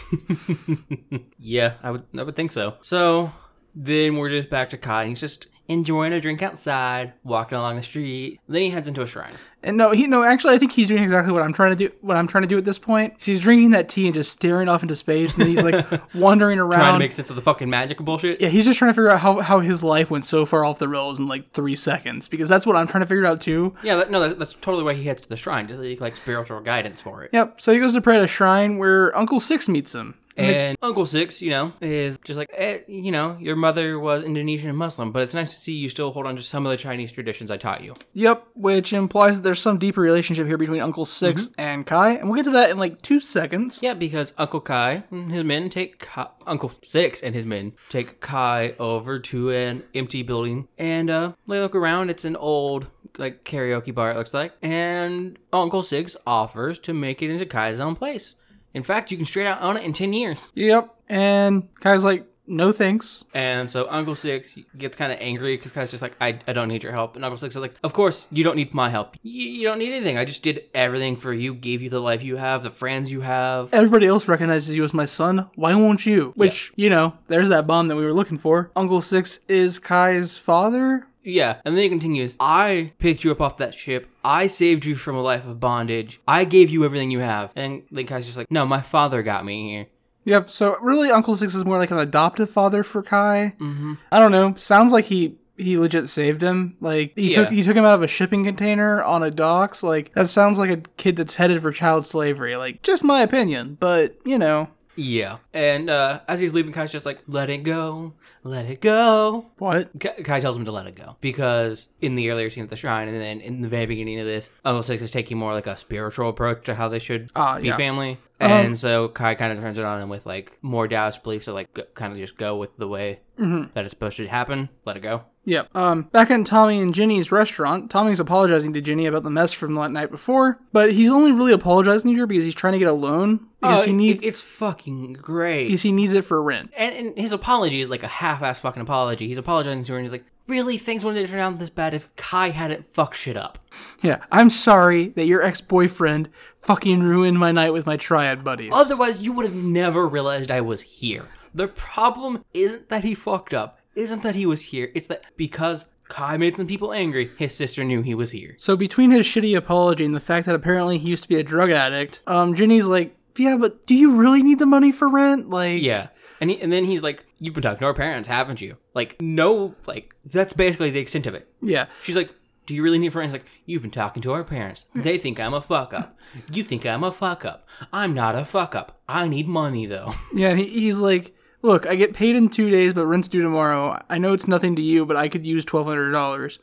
[SPEAKER 2] Yeah, I would I would think so. So then we're just back to Kai. and He's just enjoying a drink outside, walking along the street. Then he heads into a shrine.
[SPEAKER 1] And no, he no. Actually, I think he's doing exactly what I'm trying to do. What I'm trying to do at this point. So he's drinking that tea and just staring off into space, and then he's like wandering around.
[SPEAKER 2] Trying to make sense of the fucking magical bullshit.
[SPEAKER 1] Um, Yeah, he's just trying to figure out how, how his life went so far off the rails in like three seconds because that's what I'm trying to figure out too.
[SPEAKER 2] Yeah, that, no, that, that's totally why he heads to the shrine to seek like spiritual guidance for it.
[SPEAKER 1] Yep. So he goes to pray at a shrine where Uncle Six meets him. And they-
[SPEAKER 2] And Uncle Six, you know, is just like, eh, you know, your mother was Indonesian and Muslim, but it's nice to see you still hold on to some of the Chinese traditions I taught you.
[SPEAKER 1] yep, which implies that there's some deeper relationship here between Uncle 6 and Kai, and we'll get to that in like two seconds.
[SPEAKER 2] Yeah, because Uncle Kai and his men take Kai, Uncle Six and his men take Kai over to an empty building, and uh, they look around. It's an old like karaoke bar, it looks like, and Uncle Six offers to make it into Kai's own place. In fact, you can straight out own it in ten years.
[SPEAKER 1] Yep. And Kai's like, no thanks.
[SPEAKER 2] And so Uncle Six gets kind of angry because Kai's just like, I, I don't need your help. And Uncle Six is like, Of course, you don't need my help. You, you don't need anything. I just did everything for you, gave you the life you have, the friends you have.
[SPEAKER 1] Everybody else recognizes you as my son. Why won't you? Which, you know, there's that bomb that we were looking for. Uncle Six is Kai's father.
[SPEAKER 2] Yeah. And then he continues, I picked you up off that ship. I saved you from a life of bondage. I gave you everything you have. And then Kai's just like, No, my father got me here.
[SPEAKER 1] Yep. So really, Uncle Six is more like an adoptive father for Kai. Mm-hmm. I don't know. Sounds like he he legit saved him. Like he
[SPEAKER 2] Yeah.
[SPEAKER 1] took he took him out of a shipping container on a docks. Like that sounds like a kid that's headed for child slavery. Like just my opinion, but you know,
[SPEAKER 2] Yeah. And uh, as he's leaving, Kai's just like, let it go, let it go.
[SPEAKER 1] what?
[SPEAKER 2] Kai Kai tells him to let it go because in the earlier scene at the shrine, and then in the very beginning of this, Uncle Six is taking more like a spiritual approach to how they should
[SPEAKER 1] Ah,
[SPEAKER 2] be
[SPEAKER 1] yeah.
[SPEAKER 2] family,
[SPEAKER 1] Um,
[SPEAKER 2] and so Kai kind of turns it on him with like more Taoist beliefs to like kind of just go with the way
[SPEAKER 1] Mm-hmm.
[SPEAKER 2] that it's supposed to happen. Let it go.
[SPEAKER 1] Yep. Um, back in Tommy and Ginny's restaurant, Tommy's apologizing to Ginny about the mess from the night before, but he's only really apologizing to her because he's trying to get a loan because
[SPEAKER 2] Oh,
[SPEAKER 1] he
[SPEAKER 2] it-
[SPEAKER 1] needs
[SPEAKER 2] it's fucking great.
[SPEAKER 1] because he needs it for rent.
[SPEAKER 2] and, and his apology is like a half-ass fucking apology. He's apologizing to her, and he's like, "Really, things wouldn't have turned out this bad if Kai hadn't fucked shit up."
[SPEAKER 1] Yeah, I'm sorry that your ex boyfriend fucking ruined my night with my triad buddies.
[SPEAKER 2] Otherwise, you would have never realized I was here. The problem isn't that he fucked up, isn't that he was here, it's that because Kai made some people angry, his sister knew he was here.
[SPEAKER 1] So between his shitty apology and the fact that apparently he used to be a drug addict, um, Ginny's like, yeah, but do you really need the money for rent? Like,
[SPEAKER 2] Yeah. And, he, and then he's like, You've been talking to our parents, haven't you? Like, no, like, that's basically the extent of it.
[SPEAKER 1] yeah,
[SPEAKER 2] She's like, Do you really need friends? He's like, You've been talking to our parents. They think I'm a fuck up. You think I'm a fuck up. I'm not a fuck up. I need money, though.
[SPEAKER 1] yeah. And he, he's like, look, I get paid in two days, but rent's due tomorrow. I know it's nothing to you, but I could use twelve hundred dollars.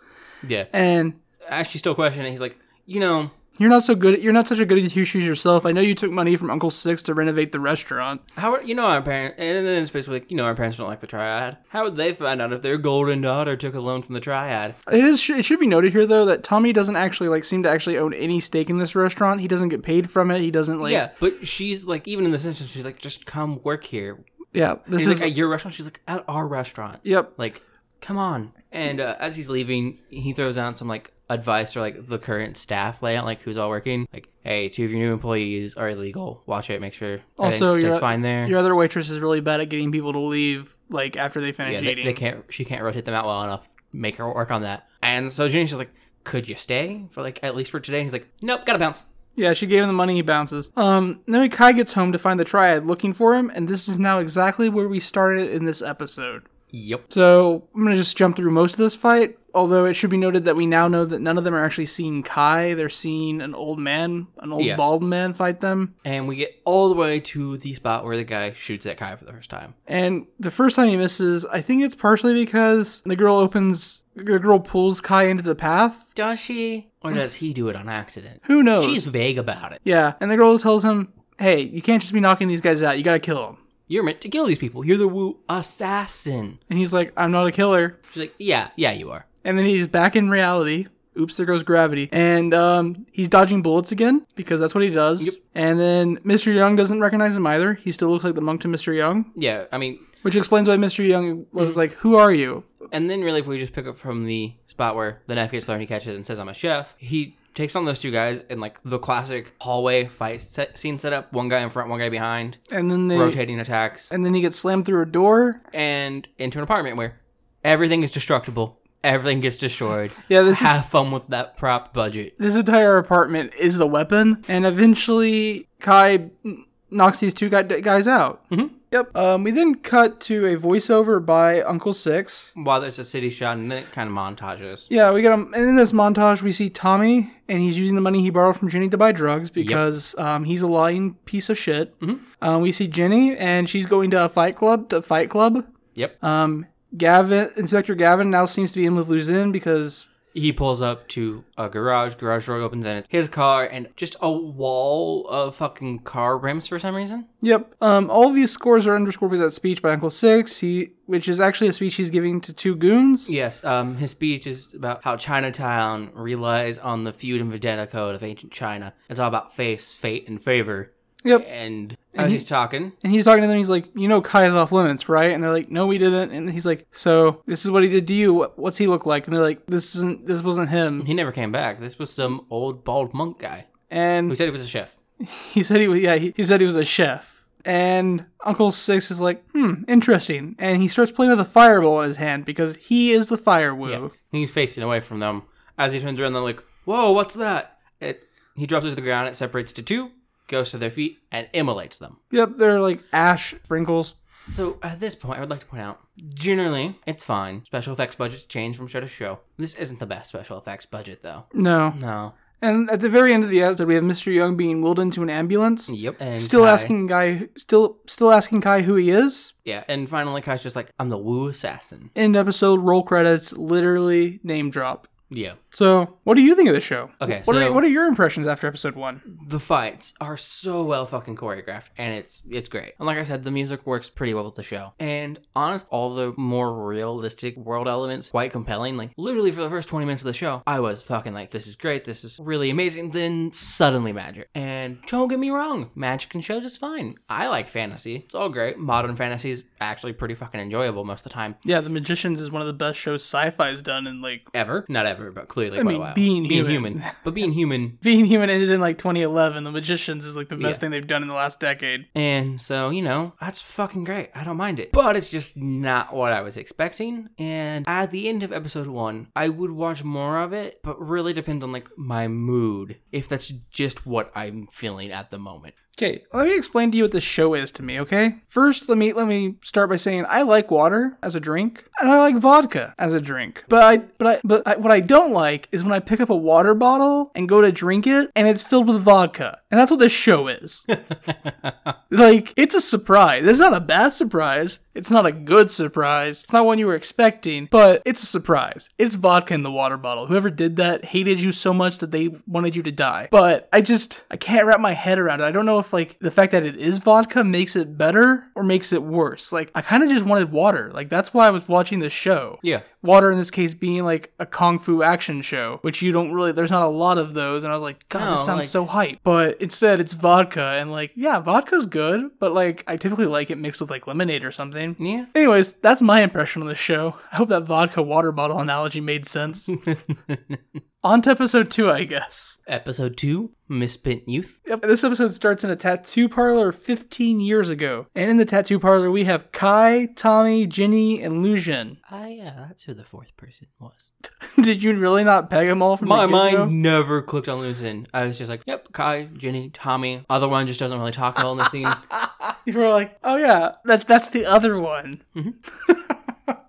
[SPEAKER 2] yeah.
[SPEAKER 1] And
[SPEAKER 2] As she's still questioning, it, he's like, You know,
[SPEAKER 1] you're not so good. You're not such a good at your shoes yourself. I know you took money from Uncle Six to renovate the restaurant.
[SPEAKER 2] How are, you know our parents? And then it's basically like, you know our parents don't like the triad. How would they find out if their golden daughter took a loan from the triad?
[SPEAKER 1] It is. It should be noted here though that Tommy doesn't actually like seem to actually own any stake in this restaurant. He doesn't get paid from it. He doesn't like.
[SPEAKER 2] yeah, but she's like, even in this instance, she's like, just come work here.
[SPEAKER 1] yeah this
[SPEAKER 2] He's
[SPEAKER 1] is.
[SPEAKER 2] like at your restaurant. She's like at our restaurant.
[SPEAKER 1] yep.
[SPEAKER 2] Like, come on. And uh, as he's leaving, he throws out some like advice or like the current staff layout, like who's all working. Like, hey, two of your new employees are illegal. Watch it. Make sure
[SPEAKER 1] Also,
[SPEAKER 2] everything stays
[SPEAKER 1] you're-
[SPEAKER 2] fine there.
[SPEAKER 1] Your other waitress is really bad at getting people to leave, like after they finish
[SPEAKER 2] yeah, they,
[SPEAKER 1] eating.
[SPEAKER 2] they can't. She can't rotate them out well enough. Make her work on that. And so Jenny's just like, "Could you stay for like at least for today?" And he's like, "Nope, gotta bounce."
[SPEAKER 1] Yeah, she gave him the money. He bounces. Um, then Kai gets home to find the triad looking for him, and this is now exactly where we started in this episode.
[SPEAKER 2] Yep.
[SPEAKER 1] So I'm gonna just jump through most of this fight. Although it should be noted that we now know that none of them are actually seeing Kai; they're seeing an old man, an old
[SPEAKER 2] Yes.
[SPEAKER 1] bald man, fight them.
[SPEAKER 2] And we get all the way to the spot where the guy shoots at Kai for the first time.
[SPEAKER 1] And the first time he misses, I think it's partially because the girl opens, the girl pulls Kai into the path.
[SPEAKER 2] Does she, or does he do it on accident?
[SPEAKER 1] Who knows?
[SPEAKER 2] She's vague about it.
[SPEAKER 1] Yeah, and the girl tells him, "Hey, you can't just be knocking these guys out. You gotta kill them."
[SPEAKER 2] You're meant to kill these people. You're the Wu assassin.
[SPEAKER 1] And he's like, "I'm not a killer."
[SPEAKER 2] She's like, "Yeah, yeah, you are."
[SPEAKER 1] And then he's back in reality. Oops, there goes gravity. And um, he's dodging bullets again because that's what he does.
[SPEAKER 2] Yep.
[SPEAKER 1] And then Mr. Young doesn't recognize him either. He still looks like the monk to Mr. Young,
[SPEAKER 2] Yeah, I mean,
[SPEAKER 1] which explains why Mr. Young was like, "Who are you?"
[SPEAKER 2] And then, really, if we just pick up from the spot where the knife gets thrown, he catches and says, "I'm a chef." He takes on those two guys in like the classic hallway fight set, scene setup: one guy in front, one guy behind,
[SPEAKER 1] And then they
[SPEAKER 2] rotating attacks,
[SPEAKER 1] and then he gets slammed through a door.
[SPEAKER 2] and into an apartment where everything is destructible. Everything gets destroyed.
[SPEAKER 1] Yeah, this is-
[SPEAKER 2] have fun with that prop budget.
[SPEAKER 1] This entire apartment is a weapon, and eventually Kai n- knocks these two guy- guys out. Mm-hmm. Yep. Um, we then cut to a voiceover by Uncle Six.
[SPEAKER 2] While there's a city shot, and then it kind of montages.
[SPEAKER 1] Yeah, we got him. And in this montage, we see Tommy, and he's using the money he borrowed from Jenny to buy drugs because um, he's a lying piece of shit. Mm-hmm. Um, we see Jenny, and she's going to a fight club to fight club.
[SPEAKER 2] Yep.
[SPEAKER 1] Um, Gavin, Inspector Gavin, now seems to be in with Luzin because
[SPEAKER 2] He pulls up to a garage. Garage door opens, and it's his car, and just a wall of fucking car rims for some reason.
[SPEAKER 1] Yep. Um, all these scores are underscored with that speech by Uncle Six, he, which is actually a speech he's giving to two goons.
[SPEAKER 2] Yes, um, his speech is about how Chinatown relies on the feud and vendetta code of ancient China. It's all about face, fate, and favor.
[SPEAKER 1] Yep.
[SPEAKER 2] And, as he's talking,
[SPEAKER 1] And he's talking to them. He's like, "You know, Kai's off limits, right?" And they're like, "No, we didn't." And he's like, "So this is what he did to you. What, what's he look like?" And they're like, "This isn't. This wasn't him."
[SPEAKER 2] he never came back. This was some old bald monk guy who
[SPEAKER 1] And
[SPEAKER 2] said he was a chef.
[SPEAKER 1] he said he was. Yeah, he, he said he was a chef. And Uncle Six is like, "Hmm, interesting." And he starts playing with a fireball in his hand because he is the fire woo.
[SPEAKER 2] And he's facing away from them. As he turns around, they're like, "Whoa, what's that?" It, he drops it to the ground. It separates to two, goes to their feet, and immolates them.
[SPEAKER 1] Yep, they're like ash sprinkles.
[SPEAKER 2] So at this point, I would like to point out generally it's fine. Special effects budgets change from show to show. This isn't the best special effects budget though.
[SPEAKER 1] No.
[SPEAKER 2] No.
[SPEAKER 1] And at the very end of the episode, we have Mr. Young being wheeled into an ambulance.
[SPEAKER 2] Yep. And
[SPEAKER 1] Still
[SPEAKER 2] Kai-
[SPEAKER 1] asking guy, still still asking Kai who he is.
[SPEAKER 2] Yeah. And finally, Kai's just like, I'm the woo assassin.
[SPEAKER 1] End episode roll credits, literally name drop.
[SPEAKER 2] Yeah.
[SPEAKER 1] So, what do you think of the show?
[SPEAKER 2] Okay,
[SPEAKER 1] What, are,
[SPEAKER 2] so-
[SPEAKER 1] what are your impressions after episode one?
[SPEAKER 2] The fights are so well fucking choreographed, and it's it's great. And like I said, the music works pretty well with the show. And honest, all the more realistic world elements quite compelling. Like literally for the first twenty minutes of the show, I was fucking like, this is great, this is really amazing. Then suddenly magic. And don't get me wrong, magic and shows is fine. I like fantasy; it's all great. Modern fantasy is actually pretty fucking enjoyable most of the time.
[SPEAKER 1] Yeah, The Magicians is one of the best shows sci-fi's done in like
[SPEAKER 2] Ever, not ever, but clearly
[SPEAKER 1] I
[SPEAKER 2] quite
[SPEAKER 1] mean,
[SPEAKER 2] a while.
[SPEAKER 1] being
[SPEAKER 2] being
[SPEAKER 1] human.
[SPEAKER 2] human, but being human
[SPEAKER 1] being human ended in like 2011. The Magicians is like the best
[SPEAKER 2] Yeah.
[SPEAKER 1] thing they've done in the last decade.
[SPEAKER 2] And so, you know, that's fucking great. I don't mind it. But it's just not what I was expecting. And at the end of episode one, I would watch more of it, but really depends on like my mood, if that's just what I'm feeling at the moment.
[SPEAKER 1] Okay, let me explain to you what this show is to me, okay? First, let me let me start by saying I like water as a drink, and I like vodka as a drink. But I but I but I, what I don't like is when I pick up a water bottle and go to drink it and it's filled with vodka. And that's what this show is. like, it's a surprise. It's not a bad surprise. It's not a good surprise. It's not one you were expecting, but it's a surprise. It's vodka in the water bottle. Whoever did that hated you so much that they wanted you to die. But I just I can't wrap my head around it. I don't know if like the fact that it is vodka makes it better or makes it worse. Like I kind of just wanted water. Like that's why I was watching this show.
[SPEAKER 2] Yeah.
[SPEAKER 1] Water in this case being like a kung fu action show, which you don't really there's not a lot of those and I was like, god,
[SPEAKER 2] No,
[SPEAKER 1] this sounds
[SPEAKER 2] like-
[SPEAKER 1] so hype. But instead it's vodka and like, yeah, vodka's good, but like I typically like it mixed with like lemonade or something.
[SPEAKER 2] Yeah.
[SPEAKER 1] Anyways, that's my impression of the show. I hope that vodka water bottle analogy made sense. On to episode two, I guess.
[SPEAKER 2] Episode two Misspent Youth.
[SPEAKER 1] Yep, this episode starts in a tattoo parlor 15 years ago. And in the tattoo parlor, we have Kai, Tommy, Ginny, and Lucian.
[SPEAKER 2] Ah, yeah, that's who the fourth person was.
[SPEAKER 1] Did you really not peg them all from
[SPEAKER 2] My
[SPEAKER 1] the get-go?
[SPEAKER 2] mind never clicked on Lucin. I was just like, yep, Kai, Ginny, Tommy. Other one just doesn't really talk well in the scene.
[SPEAKER 1] You were like, oh yeah, that, that's the other one.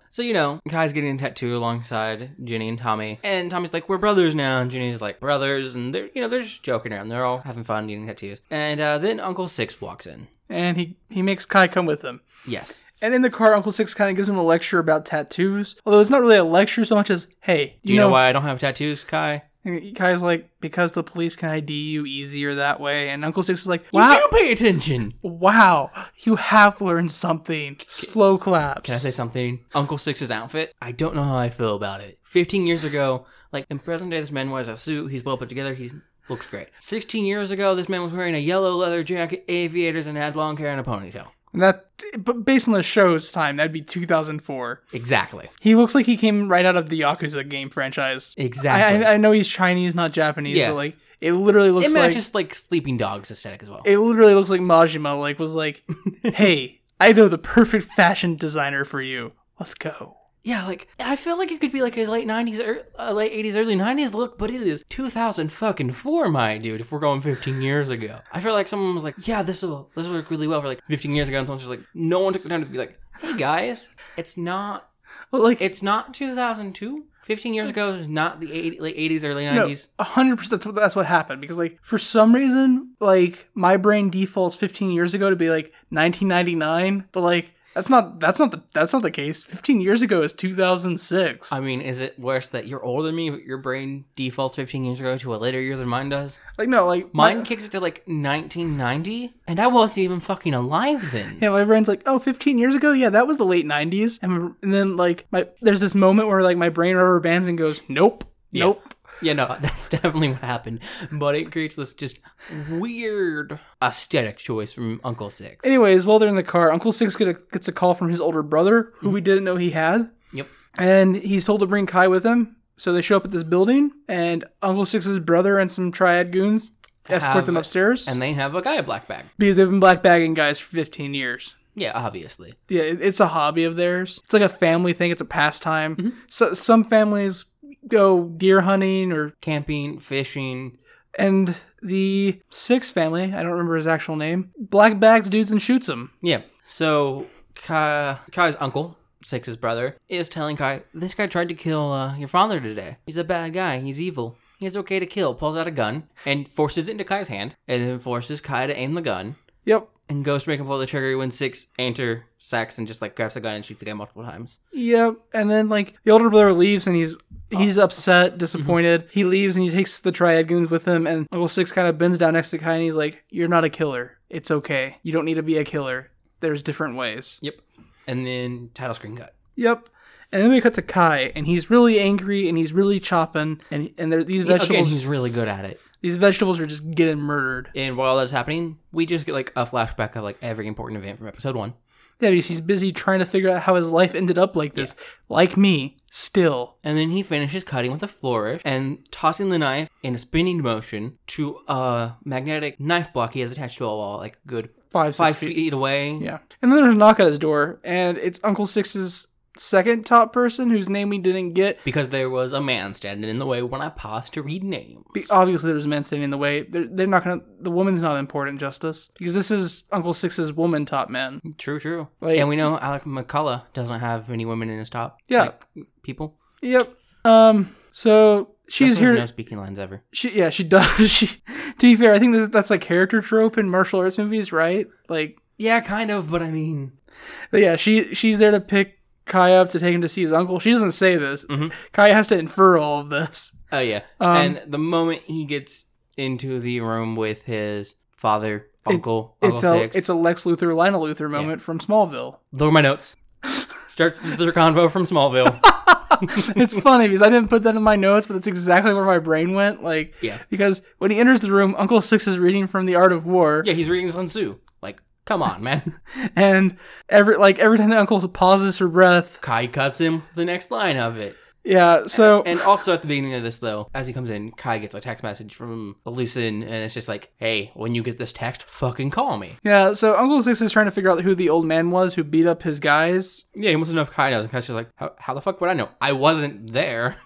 [SPEAKER 2] So you know, Kai's getting a tattoo alongside Ginny and Tommy, and Tommy's like, "We're brothers now," and Ginny's like, "Brothers," and they're you know they're just joking around. They're all having fun getting tattoos, and uh, then Uncle Six walks in.
[SPEAKER 1] And he, he makes Kai come with him.
[SPEAKER 2] Yes,
[SPEAKER 1] And in the car, Uncle Six kind of gives him a lecture about tattoos. Although it's not really a lecture so much as, hey,
[SPEAKER 2] do you know, why I don't have tattoos, Kai?
[SPEAKER 1] And Kai's like, because the police can ID you easier that way. And Uncle Six is like,
[SPEAKER 2] You
[SPEAKER 1] wow,
[SPEAKER 2] do pay attention.
[SPEAKER 1] wow, you have learned something. Slow claps.
[SPEAKER 2] Can I say something? Uncle Six's outfit. I don't know how I feel about it. Fifteen years ago, like in present day, this man wears a suit. He's well put together. He looks great. Sixteen years ago, this man was wearing a yellow leather jacket, aviators, and had long hair and a ponytail.
[SPEAKER 1] And that, but based on the show's time, that'd be 2004.
[SPEAKER 2] Exactly.
[SPEAKER 1] He looks like he came right out of the Yakuza game franchise.
[SPEAKER 2] Exactly.
[SPEAKER 1] I, I know he's Chinese, not Japanese,
[SPEAKER 2] Yeah.
[SPEAKER 1] but like, it literally looks
[SPEAKER 2] it
[SPEAKER 1] like
[SPEAKER 2] matches like, Sleeping Dogs aesthetic as well.
[SPEAKER 1] it literally looks like Majima. Like, was like, hey, I know the perfect fashion designer for you. Let's go.
[SPEAKER 2] yeah, like I feel like it could be like a late '90s, er, uh, late '80s, early '90s look, but it is 2000 fucking four, my dude. If we're going 15 years ago, I feel like someone was like, "Yeah, this will this will work really well for like 15 years ago," and someone's just like, "No one took the time to be like, hey guys, it's not,
[SPEAKER 1] Well, like,
[SPEAKER 2] it's not 2002." 15 years ago is not the 80, late 80s, early
[SPEAKER 1] No,
[SPEAKER 2] 90s.
[SPEAKER 1] hundred percent. That's what that's what happened because like for some reason like my brain defaults fifteen years ago to be like nineteen ninety nine, but like that's not that's not the that's not the case. Fifteen years ago is two thousand six.
[SPEAKER 2] I mean, is it worse that you're older than me, but your brain defaults 15 years ago to a later year than mine does?
[SPEAKER 1] Like no, like my-
[SPEAKER 2] Mine kicks it to like 1990, and I wasn't even fucking alive then.
[SPEAKER 1] Yeah, my brain's like, oh, 15 years ago? Yeah, that was the late 90s. And, my- and then, like, my there's this moment where, like, my brain rubber bands and goes, nope,
[SPEAKER 2] Yeah.
[SPEAKER 1] nope.
[SPEAKER 2] Yeah, no, that's definitely what happened. But it creates this just weird aesthetic choice from Uncle Six.
[SPEAKER 1] Anyways, while they're in the car, Uncle Six get a, gets a call from his older brother, who we didn't know he had.
[SPEAKER 2] Mm-hmm. Yep.
[SPEAKER 1] And he's told to bring Kai with him. So they show up at this building, and Uncle Six's brother and some triad goons escort
[SPEAKER 2] Have-
[SPEAKER 1] them upstairs
[SPEAKER 2] And they have a guy a black bag.
[SPEAKER 1] because they've been black bagging guys for 15 years.
[SPEAKER 2] Yeah, obviously.
[SPEAKER 1] Yeah, it- it's a hobby of theirs. It's like a family thing. It's a pastime.
[SPEAKER 2] Mm-hmm.
[SPEAKER 1] So some families go deer hunting or
[SPEAKER 2] Camping, fishing.
[SPEAKER 1] and the sixth family i don't remember his actual name black bags dudes and shoots them
[SPEAKER 2] Yeah. So Kai, Kai's uncle, Six's brother, is telling Kai, "This guy tried to kill uh, your father today. He's a bad guy. He's evil. He's okay to kill." Pulls out a gun and forces it into Kai's hand, and then forces Kai to aim the gun.
[SPEAKER 1] Yep.
[SPEAKER 2] And goes to make him pull the trigger when Six enter sacks and just like grabs the gun and shoots the guy multiple times.
[SPEAKER 1] Yep. And then like the older brother leaves and he's
[SPEAKER 2] Oh.
[SPEAKER 1] he's upset, disappointed.
[SPEAKER 2] Mm-hmm.
[SPEAKER 1] He leaves and he takes the triad goons with him and Uncle Six kind of bends down next to Kai and he's like, You're not a killer. It's okay. You don't need to be a killer. There's different ways.
[SPEAKER 2] Yep. And then title screen cut.
[SPEAKER 1] Yep. And then we cut to Kai and he's really angry and he's really chopping and and there, these
[SPEAKER 2] Again,
[SPEAKER 1] vegetables
[SPEAKER 2] he's really good at it.
[SPEAKER 1] these vegetables are just getting murdered.
[SPEAKER 2] And while that's happening, we just get like a flashback of like every important event from episode one.
[SPEAKER 1] Yeah, because he's busy trying to figure out how his life ended up like this. Like me, still.
[SPEAKER 2] And then he finishes cutting with a flourish and tossing the knife in a spinning motion to a magnetic knife block he has attached to a wall, like a good
[SPEAKER 1] Five, six
[SPEAKER 2] five
[SPEAKER 1] feet.
[SPEAKER 2] feet, away.
[SPEAKER 1] Yeah. And then there's a knock at his door, and it's Uncle Six's second top person whose name we didn't get.
[SPEAKER 2] Because there was a man standing in the way when I paused to read names.
[SPEAKER 1] Be- Obviously, there's a man standing in the way. They're, they're not gonna. The woman's not important, Justice, because this is Uncle Six's woman top man.
[SPEAKER 2] true, true.
[SPEAKER 1] Like-
[SPEAKER 2] and we know Alec McCullough doesn't have any women in his top.
[SPEAKER 1] Yeah.
[SPEAKER 2] like, people.
[SPEAKER 1] Yep. Um. So she's
[SPEAKER 2] That's why there's
[SPEAKER 1] here.
[SPEAKER 2] No speaking lines ever.
[SPEAKER 1] She yeah. She does. She. To be fair, I think that's, that's like character trope in martial arts movies, right? Like,
[SPEAKER 2] Yeah, kind of. But I mean,
[SPEAKER 1] but yeah. She she's there to pick Kai up to take him to see his uncle. She doesn't say this.
[SPEAKER 2] Mhm.
[SPEAKER 1] Kai has to infer all of this.
[SPEAKER 2] oh yeah.
[SPEAKER 1] Um,
[SPEAKER 2] and the moment he gets into the room with his father, uncle,
[SPEAKER 1] It's
[SPEAKER 2] uncle
[SPEAKER 1] a
[SPEAKER 2] six,
[SPEAKER 1] it's a Lex Luthor Lionel Luthor moment from Smallville.
[SPEAKER 2] Those are my notes. Starts their convo from Smallville.
[SPEAKER 1] it's funny because I didn't put that in my notes, but that's exactly where my brain went. Like,
[SPEAKER 2] Yeah.
[SPEAKER 1] because when he enters the room, Uncle Six is reading from The Art of War,
[SPEAKER 2] Yeah, he's reading Sun Tzu. Like, come on, man.
[SPEAKER 1] and every like every time the uncle pauses for breath,
[SPEAKER 2] Kai cuts him with the next line of it.
[SPEAKER 1] yeah. So
[SPEAKER 2] And also at the beginning of this, though, as he comes in, Kai gets a text message from Lucin, and it's just like, hey, when you get this text, fucking call me.
[SPEAKER 1] yeah, so Uncle Six is trying to figure out who the old man was who beat up his guys.
[SPEAKER 2] Yeah, he wants to know if Kai knows. And Kai's just like, how, how the fuck would I know? I wasn't there.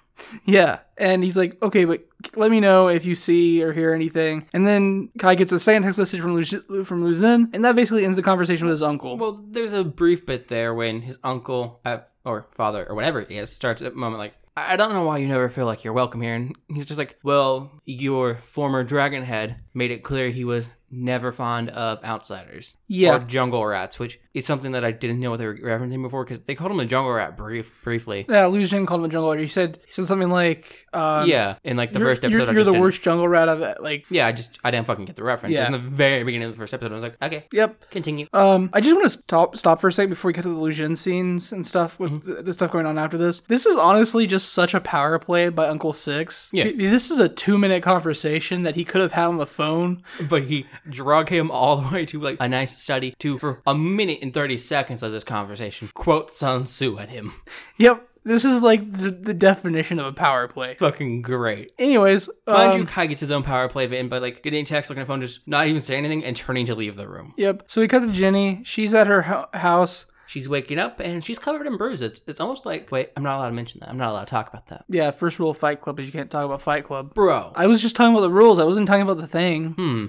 [SPEAKER 1] Yeah, and he's like, okay, but let me know if you see or hear anything. And then Kai gets a second text message from Lu- from Luzin, and that basically ends the conversation with his uncle.
[SPEAKER 2] Well, there's a brief bit there when his uncle uh, or father or whatever he is starts at a moment like, I I don't know why you never feel like you're welcome here. And he's just like, Well, your former dragon head made it clear he was never fond of outsiders
[SPEAKER 1] yeah,
[SPEAKER 2] or jungle rats, which is something that I didn't know what they were referencing before because they called him a jungle rat brief briefly.
[SPEAKER 1] Yeah, Liu Jin called him a jungle rat. He said he said something like, um,
[SPEAKER 2] yeah, in like the
[SPEAKER 1] you're,
[SPEAKER 2] first episode,
[SPEAKER 1] you're,
[SPEAKER 2] I
[SPEAKER 1] you're
[SPEAKER 2] just
[SPEAKER 1] the
[SPEAKER 2] didn't-
[SPEAKER 1] worst jungle rat I've like."
[SPEAKER 2] Yeah, I just I didn't fucking get the reference.
[SPEAKER 1] Yeah.
[SPEAKER 2] In the very beginning of the first episode, I was like, okay,
[SPEAKER 1] Yep.
[SPEAKER 2] continue.
[SPEAKER 1] Um, I just want to stop stop for a second before we get to the Liu Jin scenes and stuff with
[SPEAKER 2] Mm-hmm.
[SPEAKER 1] the, the stuff going on after this. This is honestly just such a power play by Uncle Six.
[SPEAKER 2] Yeah.
[SPEAKER 1] because this is a two minute conversation that he could have had on the phone.
[SPEAKER 2] But he drug him all the way to like a nice study to for a minute and thirty seconds of this conversation. Quote Sun Tzu at him.
[SPEAKER 1] Yep, this is like the, the definition of a power play.
[SPEAKER 2] Fucking great.
[SPEAKER 1] Anyways,
[SPEAKER 2] Mind
[SPEAKER 1] um,
[SPEAKER 2] you, Kai gets his own power play in by like getting text, looking at the phone, just not even saying anything, and turning to leave the room.
[SPEAKER 1] yep. So we cut to Jenny. She's at her ho- house.
[SPEAKER 2] She's waking up and she's covered in bruises. It's, it's almost like wait, I'm not allowed to mention that. I'm not allowed to talk about that,
[SPEAKER 1] Yeah, first rule of Fight Club is you can't talk about Fight Club.
[SPEAKER 2] bro.
[SPEAKER 1] I was just talking about the rules. I wasn't talking about the thing.
[SPEAKER 2] hmm.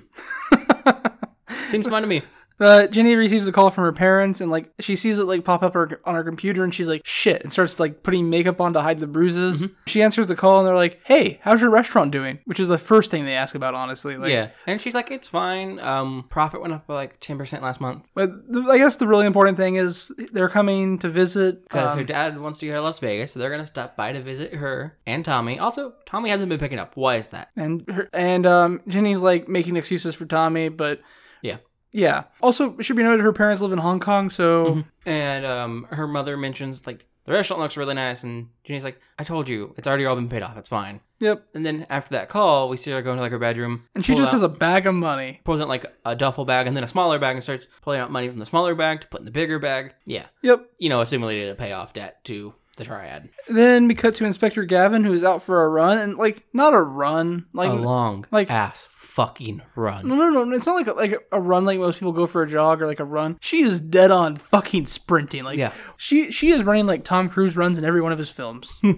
[SPEAKER 2] Seems fun to me.
[SPEAKER 1] But Jenny Uh, receives a call from her parents, and like she sees it like pop up her, on her computer, and she's like, "Shit!" and starts like putting makeup on to hide the bruises.
[SPEAKER 2] Mm-hmm.
[SPEAKER 1] She answers the call, and they're like, "Hey, how's your restaurant doing?" Which is the first thing they ask about, honestly. Like,
[SPEAKER 2] yeah, and she's like, it's fine. Um, profit went up by like ten percent last month
[SPEAKER 1] But the, I guess the really important thing is they're coming to visit.
[SPEAKER 2] because
[SPEAKER 1] um,
[SPEAKER 2] her dad wants to go to Las Vegas, so they're gonna stop by to visit her and Tommy. Also, Tommy hasn't been picking up. Why is that?
[SPEAKER 1] and her, and um, Jenny's like making excuses for Tommy, but
[SPEAKER 2] Yeah.
[SPEAKER 1] yeah. Also, it should be noted her parents live in Hong Kong, so
[SPEAKER 2] Mm-hmm. And um, her mother mentions like the restaurant looks really nice, and Jenny's like, I told you, it's already all been paid off. It's fine.
[SPEAKER 1] yep.
[SPEAKER 2] And then after that call, we see her go into like her bedroom,
[SPEAKER 1] And she
[SPEAKER 2] pull
[SPEAKER 1] just
[SPEAKER 2] out-
[SPEAKER 1] has a bag of money.
[SPEAKER 2] pulls out like a duffel bag and then a smaller bag and starts pulling out money from the smaller bag to put in the bigger bag. Yeah,
[SPEAKER 1] Yep.
[SPEAKER 2] you know, assimilated a payoff debt to the triad.
[SPEAKER 1] Then we cut to Inspector Gavin, who is out for a run, and like not a run, like
[SPEAKER 2] a long
[SPEAKER 1] like-
[SPEAKER 2] ass fucking run.
[SPEAKER 1] no, no, no, it's not like a, like a run like most people go for a jog or like a run. She is dead on fucking sprinting. Like
[SPEAKER 2] Yeah.
[SPEAKER 1] she she is running like Tom Cruise runs in every one of his films.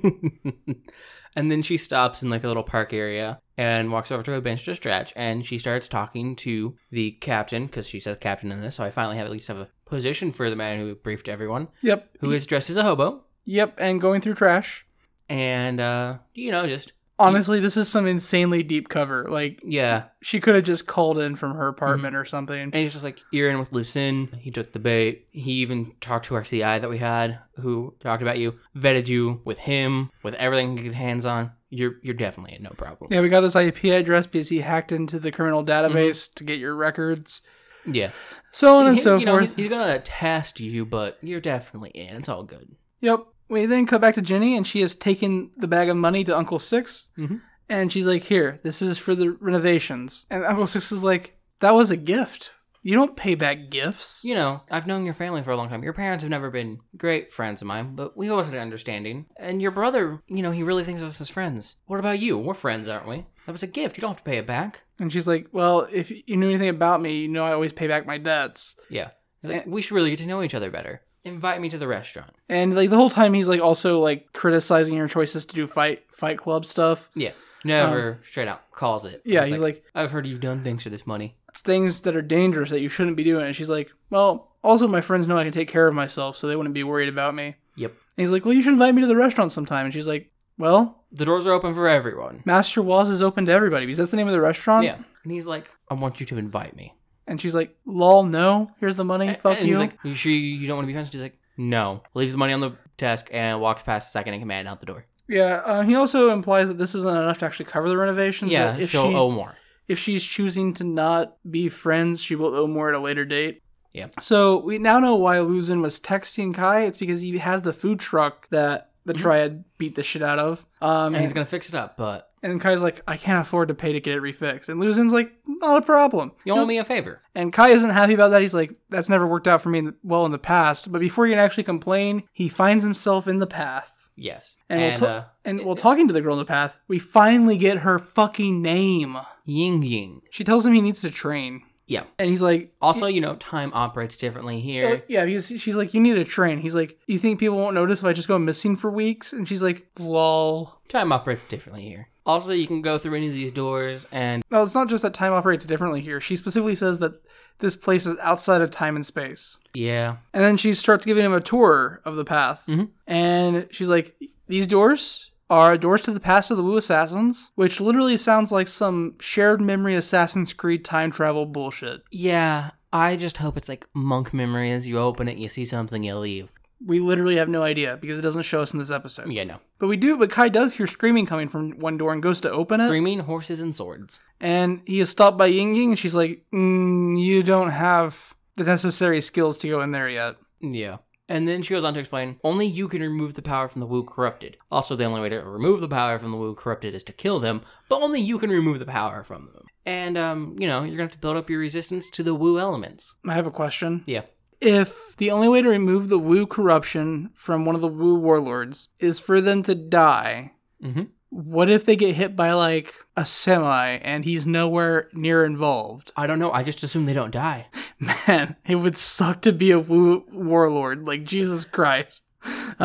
[SPEAKER 2] And then she stops in like a little park area and walks over to a bench to stretch. And she starts talking to the captain because she says captain in this. So I finally have at least have a position for the man who briefed everyone,
[SPEAKER 1] Yep.
[SPEAKER 2] who is dressed as a hobo.
[SPEAKER 1] Yep, and going through trash.
[SPEAKER 2] And, uh, you know, just,
[SPEAKER 1] Honestly, this is some insanely deep cover. Like
[SPEAKER 2] yeah.
[SPEAKER 1] she could have just called in from her apartment or something.
[SPEAKER 2] And he's just like, you're in with Lucin. He took the bait. He even talked to our CI that we had, who talked about you, vetted you with him, with everything he could hands on. You're you're definitely in no problem.
[SPEAKER 1] Yeah, we got his IP address because he hacked into the criminal database to get your records,
[SPEAKER 2] Yeah.
[SPEAKER 1] so on and
[SPEAKER 2] Mm-hmm. He-
[SPEAKER 1] so
[SPEAKER 2] you know,
[SPEAKER 1] forth.
[SPEAKER 2] he's, he's gonna test you, but you're definitely in. It's all good.
[SPEAKER 1] Yep. We then cut back to Jenny, and she has taken the bag of money to Uncle 6
[SPEAKER 2] Mhm.
[SPEAKER 1] and she's like, "Here, this is for the renovations." And Uncle Six is like, "That was a gift. You don't pay back gifts."
[SPEAKER 2] You know, I've known your family for a long time. Your parents have never been great friends of mine, but we've always had understanding. And your brother, you know, he really thinks of us as friends. What about you? We're friends, aren't we? That was a gift. You don't have to pay it back.
[SPEAKER 1] And she's like, "Well, if you knew anything about me, you know I always pay back my debts."
[SPEAKER 2] Yeah. He's like, we should really get to know each other better. Invite me to the restaurant.
[SPEAKER 1] And like the whole time, he's like also like criticizing her choices to do fight Fight Club stuff.
[SPEAKER 2] Yeah. Never straight out calls it.
[SPEAKER 1] Um, Yeah, he's like,
[SPEAKER 2] I've heard you've done things for this money.
[SPEAKER 1] "It's things that are dangerous that you shouldn't be doing. And she's like, well, also my friends know I can take care of myself, so they wouldn't be worried about me.
[SPEAKER 2] Yep.
[SPEAKER 1] And he's like, well, you should invite me to the restaurant sometime. And she's like, well,
[SPEAKER 2] The doors are open for everyone.
[SPEAKER 1] Master Waz is open to everybody because that's the name of the restaurant.
[SPEAKER 2] Yeah. And he's like, I want you to invite me.
[SPEAKER 1] And she's like, lol, no, here's the money,
[SPEAKER 2] And-
[SPEAKER 1] fuck
[SPEAKER 2] and
[SPEAKER 1] you.
[SPEAKER 2] He's like, you sure you don't want to be friends? She's like, no. Leaves the money on the desk and walks past the second in command out the door.
[SPEAKER 1] yeah, uh, he also implies that this isn't enough to actually cover the renovations.
[SPEAKER 2] Yeah,
[SPEAKER 1] that if, she,
[SPEAKER 2] she'll owe more.
[SPEAKER 1] if she's choosing to not be friends, she will owe more at a later date.
[SPEAKER 2] Yeah.
[SPEAKER 1] So we now know why Luzin was texting Kai. It's because he has the food truck that the
[SPEAKER 2] Mhm.
[SPEAKER 1] triad beat the shit out of. Um,
[SPEAKER 2] And
[SPEAKER 1] and,
[SPEAKER 2] he's going to fix it up, but
[SPEAKER 1] and Kai's like, I can't afford to pay to get it refixed. And Luzin's like, not a problem.
[SPEAKER 2] you owe me a favor.
[SPEAKER 1] And Kai isn't happy about that. He's like, that's never worked out for me in the, well in the past. But before he can actually complain, he finds himself in the path.
[SPEAKER 2] Yes.
[SPEAKER 1] And
[SPEAKER 2] And,
[SPEAKER 1] we'll ta-
[SPEAKER 2] uh,
[SPEAKER 1] And while talking to the girl in the path, we finally get her fucking name.
[SPEAKER 2] Ying Ying.
[SPEAKER 1] She tells him he needs to train.
[SPEAKER 2] Yeah.
[SPEAKER 1] And he's like,
[SPEAKER 2] Also, you know, time operates differently
[SPEAKER 1] Uh,
[SPEAKER 2] here.
[SPEAKER 1] yeah, he's, she's like, you need a train. He's like, you think people won't notice if I just go missing for weeks? And she's like, lol.
[SPEAKER 2] Time operates differently here. Also, you can go through any of these doors and
[SPEAKER 1] No, it's not just that time operates differently here. She specifically says that this place is outside of time and space.
[SPEAKER 2] yeah,
[SPEAKER 1] And then she starts giving him a tour of the path.
[SPEAKER 2] Mhm.
[SPEAKER 1] And she's like, these doors are doors to the past of the Wu Assassins, which literally sounds like some shared memory Assassin's Creed time travel bullshit.
[SPEAKER 2] yeah. I just hope it's like monk memories. You open it, you see something, you leave.
[SPEAKER 1] We literally have no idea because it doesn't show us in this episode.
[SPEAKER 2] Yeah, no.
[SPEAKER 1] But we do, but Kai does hear screaming coming from one door and goes to open it.
[SPEAKER 2] Screaming horses and swords.
[SPEAKER 1] and he is stopped by Ying Ying, and she's like, mm, "You don't have the necessary skills to go in there yet."
[SPEAKER 2] Yeah. And then she goes on to explain only you can remove the power from the Wu corrupted. Also, the only way to remove the power from the Wu corrupted is to kill them, but only you can remove the power from them. And um, you know, you're gonna have to build up your resistance to the Wu elements.
[SPEAKER 1] I have a question.
[SPEAKER 2] Yeah.
[SPEAKER 1] If the only way to remove the Wu corruption from one of the Wu warlords is for them to die,
[SPEAKER 2] Mm-hmm.
[SPEAKER 1] what if they get hit by like a semi and he's nowhere near involved?
[SPEAKER 2] I don't know. I just assume they don't die.
[SPEAKER 1] Man, it would suck to be a Wu warlord. Like Jesus Christ.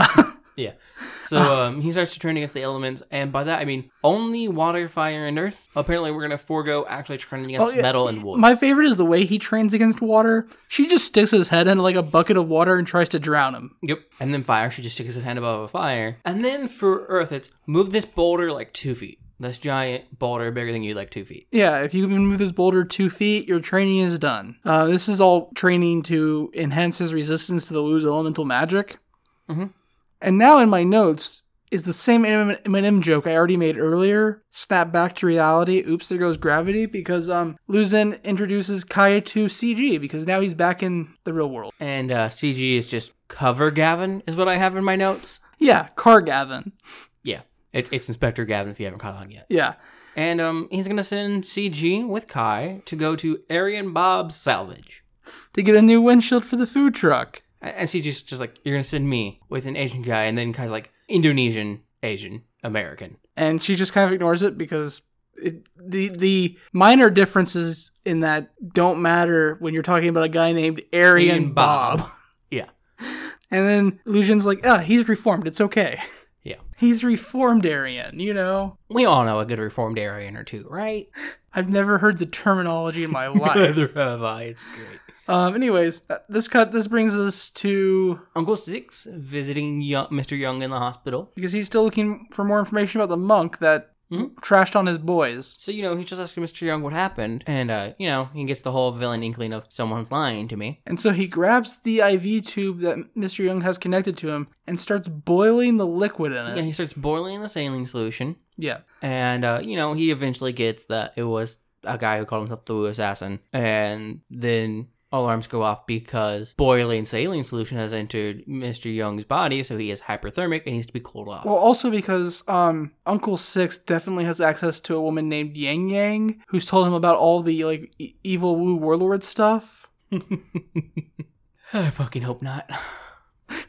[SPEAKER 2] So um, he starts to turn against the elements, and by that I mean only water, fire, and earth. Apparently, we're gonna forego actually turning against
[SPEAKER 1] Oh, yeah.
[SPEAKER 2] metal and wood.
[SPEAKER 1] My favorite is the way he trains against water. She just sticks his head in like a bucket of water and tries to drown him.
[SPEAKER 2] yep. And then fire, she just sticks his hand above a fire. And then for earth, it's move this boulder like two feet. This giant boulder bigger than you, like two feet.
[SPEAKER 1] Yeah, if you can move this boulder two feet, your training is done. Uh, this is all training to enhance his resistance to the Wu's elemental magic.
[SPEAKER 2] Mhm.
[SPEAKER 1] And now in my notes is the same Eminem joke I already made earlier. Snap back to reality. Oops, there goes gravity. Because um, Luzen introduces Kaya to CG because now he's back in the real world.
[SPEAKER 2] And uh, CG is just cover Gavin, is what I have in my notes.
[SPEAKER 1] Yeah, Car Gavin.
[SPEAKER 2] Yeah. It, it's Inspector Gavin if you haven't caught on yet.
[SPEAKER 1] Yeah.
[SPEAKER 2] And um, he's gonna send CG with Kai to go to Arian Bob's salvage.
[SPEAKER 1] To get a new windshield for the food truck.
[SPEAKER 2] And and CG's just, just like, you're gonna send me with an Asian guy, and then Kai's like, Indonesian, Asian, American.
[SPEAKER 1] and she just kind of ignores it because it, the the minor differences in that don't matter when you're talking about a guy named Arian
[SPEAKER 2] Ian Bob.
[SPEAKER 1] Bob.
[SPEAKER 2] Yeah.
[SPEAKER 1] And then Lucian's like, ah, he's reformed. It's okay.
[SPEAKER 2] Yeah.
[SPEAKER 1] He's reformed Aryan, you know?
[SPEAKER 2] We all know a good reformed Aryan or two, right?
[SPEAKER 1] I've never heard the terminology in my life.
[SPEAKER 2] Neither have I. It's great.
[SPEAKER 1] um, anyways, uh, this cut this brings us to
[SPEAKER 2] Uncle Six visiting young, Mr. Young in the hospital.
[SPEAKER 1] because he's still looking for more information about the monk that
[SPEAKER 2] Mhm.
[SPEAKER 1] trashed on his boys.
[SPEAKER 2] So, you know, he's just asking Mr. Young what happened. And, uh, you know, he gets the whole villain inkling of someone's lying to me.
[SPEAKER 1] And so he grabs the IV tube that Mr. Young has connected to him and starts boiling the liquid in it.
[SPEAKER 2] Yeah, he starts boiling the saline solution.
[SPEAKER 1] yeah.
[SPEAKER 2] And, uh, you know, he eventually gets that it was a guy who called himself the Wu Assassin. And then alarms go off because boiling saline solution has entered Mr. Young's body, so he is hyperthermic and needs to be cooled off.
[SPEAKER 1] Well, also because um, Uncle Six definitely has access to a woman named Yang Yang, who's told him about all the like e- evil Wu warlord stuff.
[SPEAKER 2] I fucking hope not.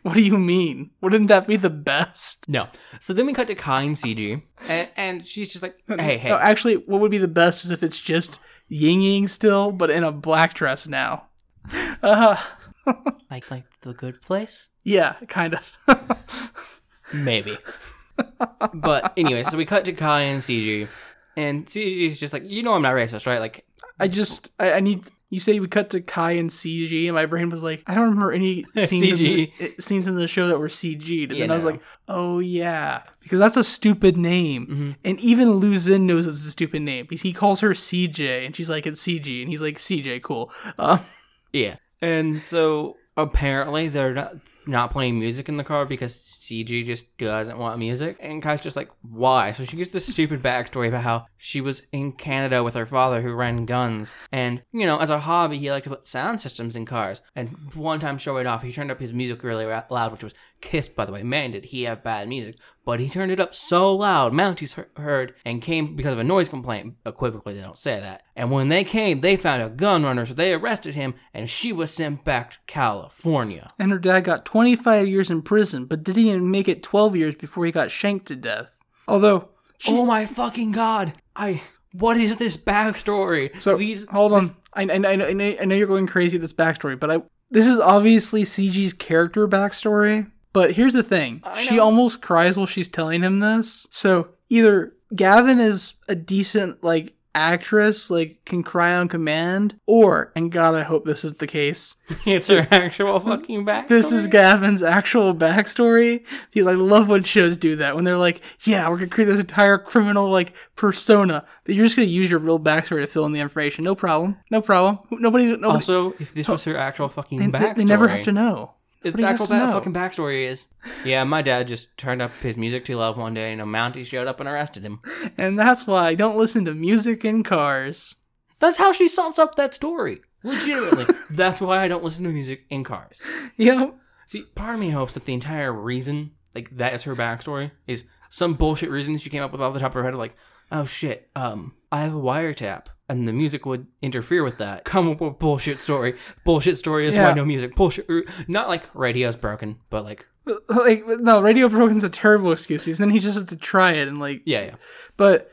[SPEAKER 1] What do you mean? Wouldn't that be the best?
[SPEAKER 2] No. So then we cut to Kai and CG, and, and she's just like, hey, hey.
[SPEAKER 1] No, actually, what would be the best is if it's just Ying Yang still, but in a black dress now. Uh,
[SPEAKER 2] like, like the good place?
[SPEAKER 1] yeah, kind of.
[SPEAKER 2] Maybe. but anyway, so we cut to Kai and CG, and CG is just like, you know, I'm not racist, right? Like,
[SPEAKER 1] I just, I, I need. You say we cut to Kai and CG, and my brain was like, I don't remember any scenes, in, the,
[SPEAKER 2] CG.
[SPEAKER 1] eh, scenes in the show that were CG'd. And
[SPEAKER 2] You
[SPEAKER 1] then I was
[SPEAKER 2] know.
[SPEAKER 1] like, oh yeah, because that's a stupid name.
[SPEAKER 2] mhm.
[SPEAKER 1] And even Lu Zin knows it's a stupid name because he calls her CJ, and she's like, it's CG, and he's like, CJ, cool. Uh,
[SPEAKER 2] yeah. And so apparently they're not not playing music in the car because CG just doesn't want music, and Kai's just like, why? So she gives this stupid backstory about how she was in Canada with her father who ran guns, and you know, as a hobby, he liked to put sound systems in cars. And one time showing off, he turned up his music really ra- loud, which was Kiss, by the way. Man, did he have bad music. But he turned it up so loud, Mounties he- heard and came because of a noise complaint. Equivocally, they don't say that. And when they came, they found a gun runner, so they arrested him, and she was sent back to California.
[SPEAKER 1] and her dad got 25 years in prison, but didn't even make it 12 years before he got shanked to death. Although, she,
[SPEAKER 2] oh my fucking god! I. What is this backstory?
[SPEAKER 1] So
[SPEAKER 2] these
[SPEAKER 1] hold on. I, I, I, know- I, know, I know you're going crazy at this backstory, but I this is obviously CG's character backstory. But here's the thing:
[SPEAKER 2] I
[SPEAKER 1] she
[SPEAKER 2] know.
[SPEAKER 1] almost cries while she's telling him this. So either Gavin is a decent like actress, like can cry on command, or and God, I hope this is the case.
[SPEAKER 2] it's her actual fucking backstory.
[SPEAKER 1] This is Gavin's actual backstory. Because I love when shows do that when they're like, "Yeah, we're gonna create this entire criminal like persona, but you're just gonna use your real backstory to fill in the information. No problem. No problem. Nobody. nobody
[SPEAKER 2] also if this was her actual fucking
[SPEAKER 1] they,
[SPEAKER 2] backstory.
[SPEAKER 1] they- they never have to know.
[SPEAKER 2] The
[SPEAKER 1] Nobody has
[SPEAKER 2] actual
[SPEAKER 1] to
[SPEAKER 2] ba-
[SPEAKER 1] know.
[SPEAKER 2] fucking backstory is, yeah, my dad just turned up his music too loud one day, and a Mountie showed up and arrested him.
[SPEAKER 1] And that's why I don't listen to music in cars.
[SPEAKER 2] That's how she sums up that story. Legitimately, that's why I don't listen to music in cars.
[SPEAKER 1] Yep.
[SPEAKER 2] See, part of me hopes that the entire reason, like that, is her backstory, is some bullshit reason she came up with off the top of her head, like, oh shit, um, I have a wiretap, and the music would interfere with that. Come up with bullshit story. Bullshit story is
[SPEAKER 1] Yeah.
[SPEAKER 2] why no music. Bullshit. er, Not like radio's broken, but like,
[SPEAKER 1] Like no, radio broken's a terrible excuse. Because then he just has to try it and like.
[SPEAKER 2] yeah, yeah.
[SPEAKER 1] But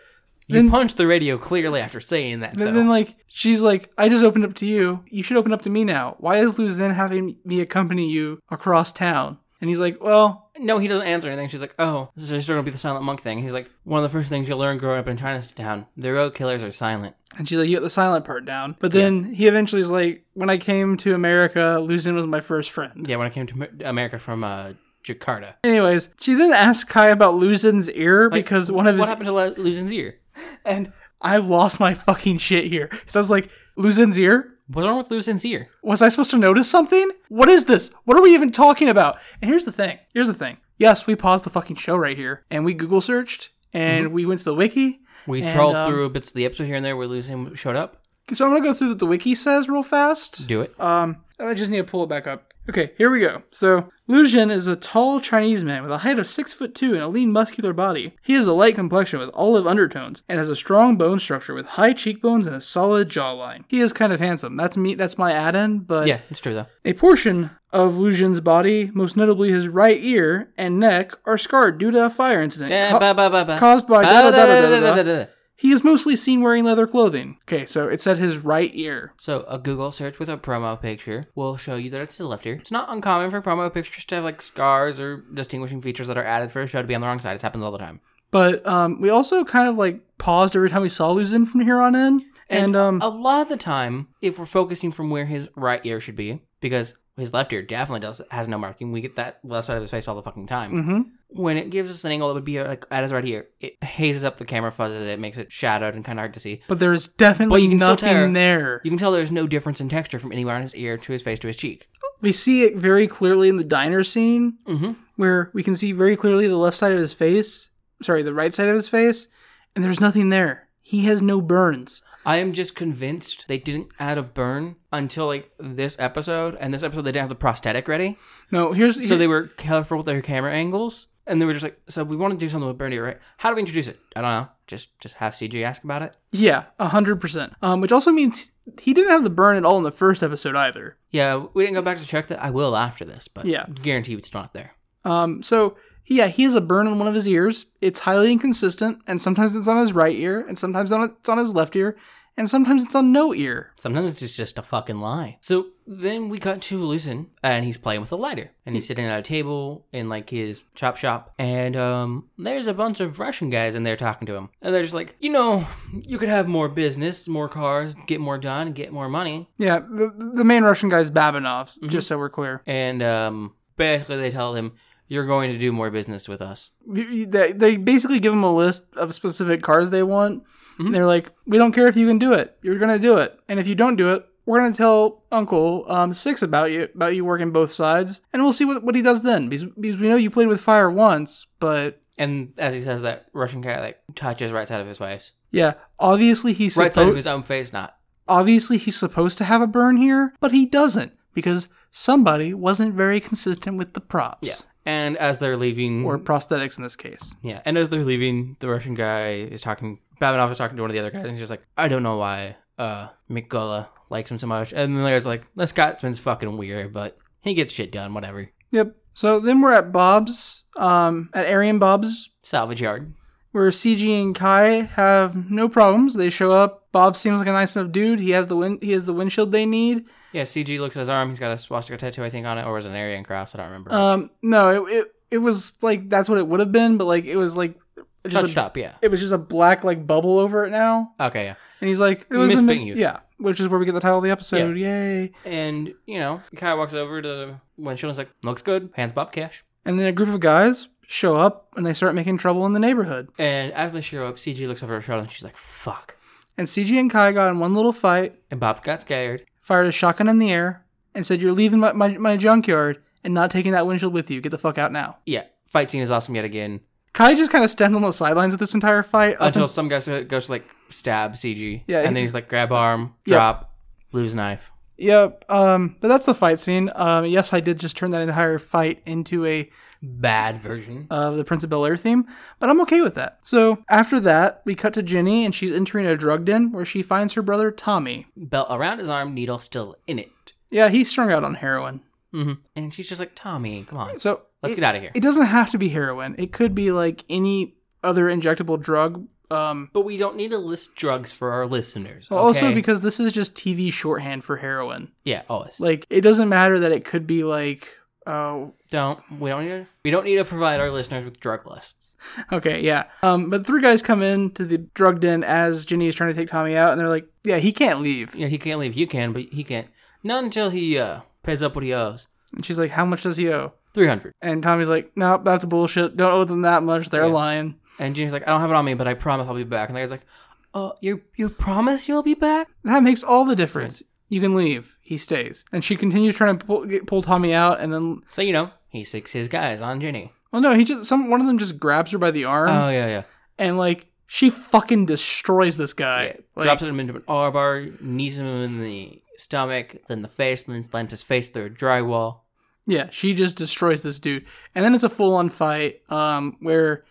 [SPEAKER 2] You
[SPEAKER 1] Then-
[SPEAKER 2] punched the radio clearly after saying that.
[SPEAKER 1] then,
[SPEAKER 2] Though.
[SPEAKER 1] then like she's like, I just opened up to you. You should open up to me now. Why is Luzin having me accompany you across town? And he's like, Well,
[SPEAKER 2] No, he doesn't answer anything. She's like, "Oh, this is going to be the silent monk thing." He's like, "One of the first things you'll learn growing up in Chinatown: the road killers are silent."
[SPEAKER 1] and she's like, You got the silent part down. But then he eventually is like, When I came to America, Luzin was my first friend.
[SPEAKER 2] Yeah, when I came to Amer- America from uh, Jakarta,
[SPEAKER 1] Anyways, she then asked Kai about Luzin's ear
[SPEAKER 2] Like,
[SPEAKER 1] because one of
[SPEAKER 2] what
[SPEAKER 1] his
[SPEAKER 2] happened to Le- Luzin's ear?
[SPEAKER 1] and I've lost my fucking shit here. So I was like, Luzin's ear?
[SPEAKER 2] What's wrong with Luzin's ear?
[SPEAKER 1] Was I supposed to notice something? What is this? What are we even talking about? And here's the thing. Here's the thing. Yes, we paused the fucking show right here, and we Google searched, and we went to the wiki.
[SPEAKER 2] We
[SPEAKER 1] And,
[SPEAKER 2] trolled
[SPEAKER 1] um,
[SPEAKER 2] through bits of the episode here and there where Luzin showed up.
[SPEAKER 1] So I'm gonna go through what the wiki says real fast.
[SPEAKER 2] Do it.
[SPEAKER 1] Um, I just need to pull it back up. Okay, here we go. So, Lu Jin is a tall Chinese man with a height of six foot two and a lean, muscular body. He has a light complexion with olive undertones and has a strong bone structure with high cheekbones and a solid jawline. He is kind of handsome. That's me. That's my add-in, but
[SPEAKER 2] Yeah, it's true though.
[SPEAKER 1] a portion of Lu Jin's body, most notably his right ear and neck, are scarred due to a fire incident.
[SPEAKER 2] Eh,
[SPEAKER 1] ca-
[SPEAKER 2] ba- ba- ba- ba.
[SPEAKER 1] caused by
[SPEAKER 2] Ba-
[SPEAKER 1] da- da-
[SPEAKER 2] da-
[SPEAKER 1] da- da-
[SPEAKER 2] da-
[SPEAKER 1] da-
[SPEAKER 2] da- da- da.
[SPEAKER 1] He is mostly seen wearing leather clothing. Okay, so it's at his right ear.
[SPEAKER 2] So a Google search with a promo picture will show you that it's the left ear. It's not uncommon for promo pictures to have like scars or distinguishing features that are added for a show to be on the wrong side. It happens all the time.
[SPEAKER 1] But um, we also kind of like paused every time we saw Luzin from here on in. And, um,
[SPEAKER 2] a lot of the time, if we're focusing from where his right ear should be, because his left ear definitely does has no marking. We get that left side of his face all the fucking time.
[SPEAKER 1] hmm
[SPEAKER 2] When it gives us an angle that would be uh, like at his right ear, it hazes up the camera, fuzzes it, makes it shadowed and kind of hard to see.
[SPEAKER 1] but there is definitely
[SPEAKER 2] But you can still
[SPEAKER 1] nothing
[SPEAKER 2] tear-
[SPEAKER 1] there.
[SPEAKER 2] You can tell there's no difference in texture from anywhere on his ear to his face to his cheek.
[SPEAKER 1] we see it very clearly in the diner scene
[SPEAKER 2] Mm-hmm.
[SPEAKER 1] where we can see very clearly the left side of his face. Sorry, the right side of his face, and there's nothing there. He has no burns.
[SPEAKER 2] I am just convinced they didn't add a burn until like this episode, and this episode they didn't have the prosthetic ready,
[SPEAKER 1] No, here's
[SPEAKER 2] so they were careful with their camera angles, and they were just like, "So we want to do something with Bernie, right? How do we introduce it? I don't know. Just just have CG ask about it.
[SPEAKER 1] yeah, hundred percent. Um, which also means he didn't have the burn at all in the first episode either.
[SPEAKER 2] Yeah, we didn't go back to check that. I will after this, but
[SPEAKER 1] Yeah.
[SPEAKER 2] guarantee you it's not there.
[SPEAKER 1] Um, so yeah, he has a burn on one of his ears. It's highly inconsistent, and sometimes it's on his right ear, and sometimes on, it's on his left ear, and sometimes it's on no ear.
[SPEAKER 2] Sometimes it's just a fucking lie. So then we cut to Lucin, and he's playing with a lighter, and he's sitting at a table in like his chop shop, and um, there's a bunch of Russian guys in there talking to him, and they're just like, you know, you could have more business, more cars, get more done, get more money,
[SPEAKER 1] Yeah, the the main Russian guy is Babinov, just so we're clear.
[SPEAKER 2] and um, basically they tell him you're going to do more business with us.
[SPEAKER 1] they, they basically give them a list of specific cars they want
[SPEAKER 2] Mm-hmm.
[SPEAKER 1] and they're like we don't care if you can do it you're gonna do it and if you don't do it we're gonna tell uncle um, six about you about you working both sides and we'll see what, what he does then because, because we know you played with fire once but
[SPEAKER 2] And as he says that, Russian guy like touches right side of his face,
[SPEAKER 1] yeah obviously he's
[SPEAKER 2] right side
[SPEAKER 1] suppo-
[SPEAKER 2] of his own face, not
[SPEAKER 1] obviously he's supposed to have a burn here but he doesn't because somebody wasn't very consistent with the props
[SPEAKER 2] Yeah. And as they're leaving,
[SPEAKER 1] or prosthetics in this case
[SPEAKER 2] yeah, and as they're leaving, the Russian guy is talking. Babanov is talking to one of the other guys, and he's just like, "I don't know why uh Mikola likes him so much." And then there's like, "This Scotsman's fucking weird, but he gets shit done, whatever."
[SPEAKER 1] yep so then we're at bob's um, at arian bob's
[SPEAKER 2] Salvage yard.
[SPEAKER 1] where CG and Kai have no problems. They show up. Bob seems like a nice enough dude. He has the win- he has the windshield they need.
[SPEAKER 2] Yeah, CG looks at his arm. He's got a swastika tattoo, I think, on it, or was it an Aryan cross? I don't remember.
[SPEAKER 1] Um, no, it, it it was like that's what it would have been, but like it was like just
[SPEAKER 2] Touched
[SPEAKER 1] a,
[SPEAKER 2] up, yeah.
[SPEAKER 1] it was just a black like bubble over it now.
[SPEAKER 2] Okay, yeah.
[SPEAKER 1] And he's like, it was a
[SPEAKER 2] Misfit
[SPEAKER 1] mi-
[SPEAKER 2] youth.
[SPEAKER 1] yeah, which is where we get the title of the episode. Yay!
[SPEAKER 2] And you know, Kai walks over to the windshield. and is like, "Looks good." Hands Bob cash.
[SPEAKER 1] And then a group of guys show up and they start making trouble in the neighborhood.
[SPEAKER 2] And as they show up, CG looks over her shoulder, and she's like, "Fuck."
[SPEAKER 1] And CG and Kai got in one little fight,
[SPEAKER 2] And Bob got scared.
[SPEAKER 1] fired a shotgun in the air, and said, "You're leaving my, my, my junkyard and not taking that windshield with you. Get the fuck out now."
[SPEAKER 2] yeah, fight scene is awesome yet again.
[SPEAKER 1] Kai just kind of stands on the sidelines of this entire fight up
[SPEAKER 2] Until
[SPEAKER 1] un-
[SPEAKER 2] some guy s- goes to like stab CG.
[SPEAKER 1] Yeah,
[SPEAKER 2] And
[SPEAKER 1] he-
[SPEAKER 2] then he's like, grab arm,
[SPEAKER 1] Yeah.
[SPEAKER 2] drop, lose knife.
[SPEAKER 1] yep. Um, but that's the fight scene. Um, yes, I did just turn that entire fight into a
[SPEAKER 2] Bad version.
[SPEAKER 1] of the Prince of Bel Air theme, but I'm okay with that. So after that, we cut to Ginny and she's entering a drug den where she finds her brother Tommy.
[SPEAKER 2] Belt around his arm, needle still in it.
[SPEAKER 1] Yeah, he's strung out on heroin.
[SPEAKER 2] hmm And she's just like, Tommy, come on.
[SPEAKER 1] So
[SPEAKER 2] Let's
[SPEAKER 1] it,
[SPEAKER 2] get out of here.
[SPEAKER 1] It doesn't have to be heroin. It could be like any other injectable drug. Um,
[SPEAKER 2] but we don't need to list drugs for our listeners.
[SPEAKER 1] well, also
[SPEAKER 2] okay?
[SPEAKER 1] because this is just TV shorthand for heroin.
[SPEAKER 2] yeah, always
[SPEAKER 1] Like it doesn't matter that it could be like oh
[SPEAKER 2] don't we don't need to, we don't need to provide our listeners with drug lists.
[SPEAKER 1] Okay, yeah. Um, but three guys come in to the drug den as Ginny is trying to take Tommy out, and they're like, "Yeah, he can't leave."
[SPEAKER 2] Yeah, he can't leave. You can, but he can't. Not until he uh, pays up what he owes.
[SPEAKER 1] And she's like, "How much does he owe?"
[SPEAKER 2] Three hundred.
[SPEAKER 1] And Tommy's like, "Nope, that's bullshit. Don't owe them that much. They're
[SPEAKER 2] Yeah.
[SPEAKER 1] lying."
[SPEAKER 2] And Ginny's like, I don't have it on me, but I promise I'll be back. And the guy's like, Oh, you you promise you'll be back?
[SPEAKER 1] That makes all the difference. You can leave. He stays, and she continues trying to pull, get, pull Tommy out, and then,
[SPEAKER 2] So you know, he sticks his guys on Ginny.
[SPEAKER 1] well, no, he just some one of them just grabs her by the arm,
[SPEAKER 2] Oh yeah, yeah.
[SPEAKER 1] and like she fucking destroys this guy.
[SPEAKER 2] yeah.
[SPEAKER 1] Like,
[SPEAKER 2] Drops him into an R bar, knees him in the stomach, then the face, then slams his face through a drywall.
[SPEAKER 1] yeah, she just destroys this dude, and then it's a full on fight, um, where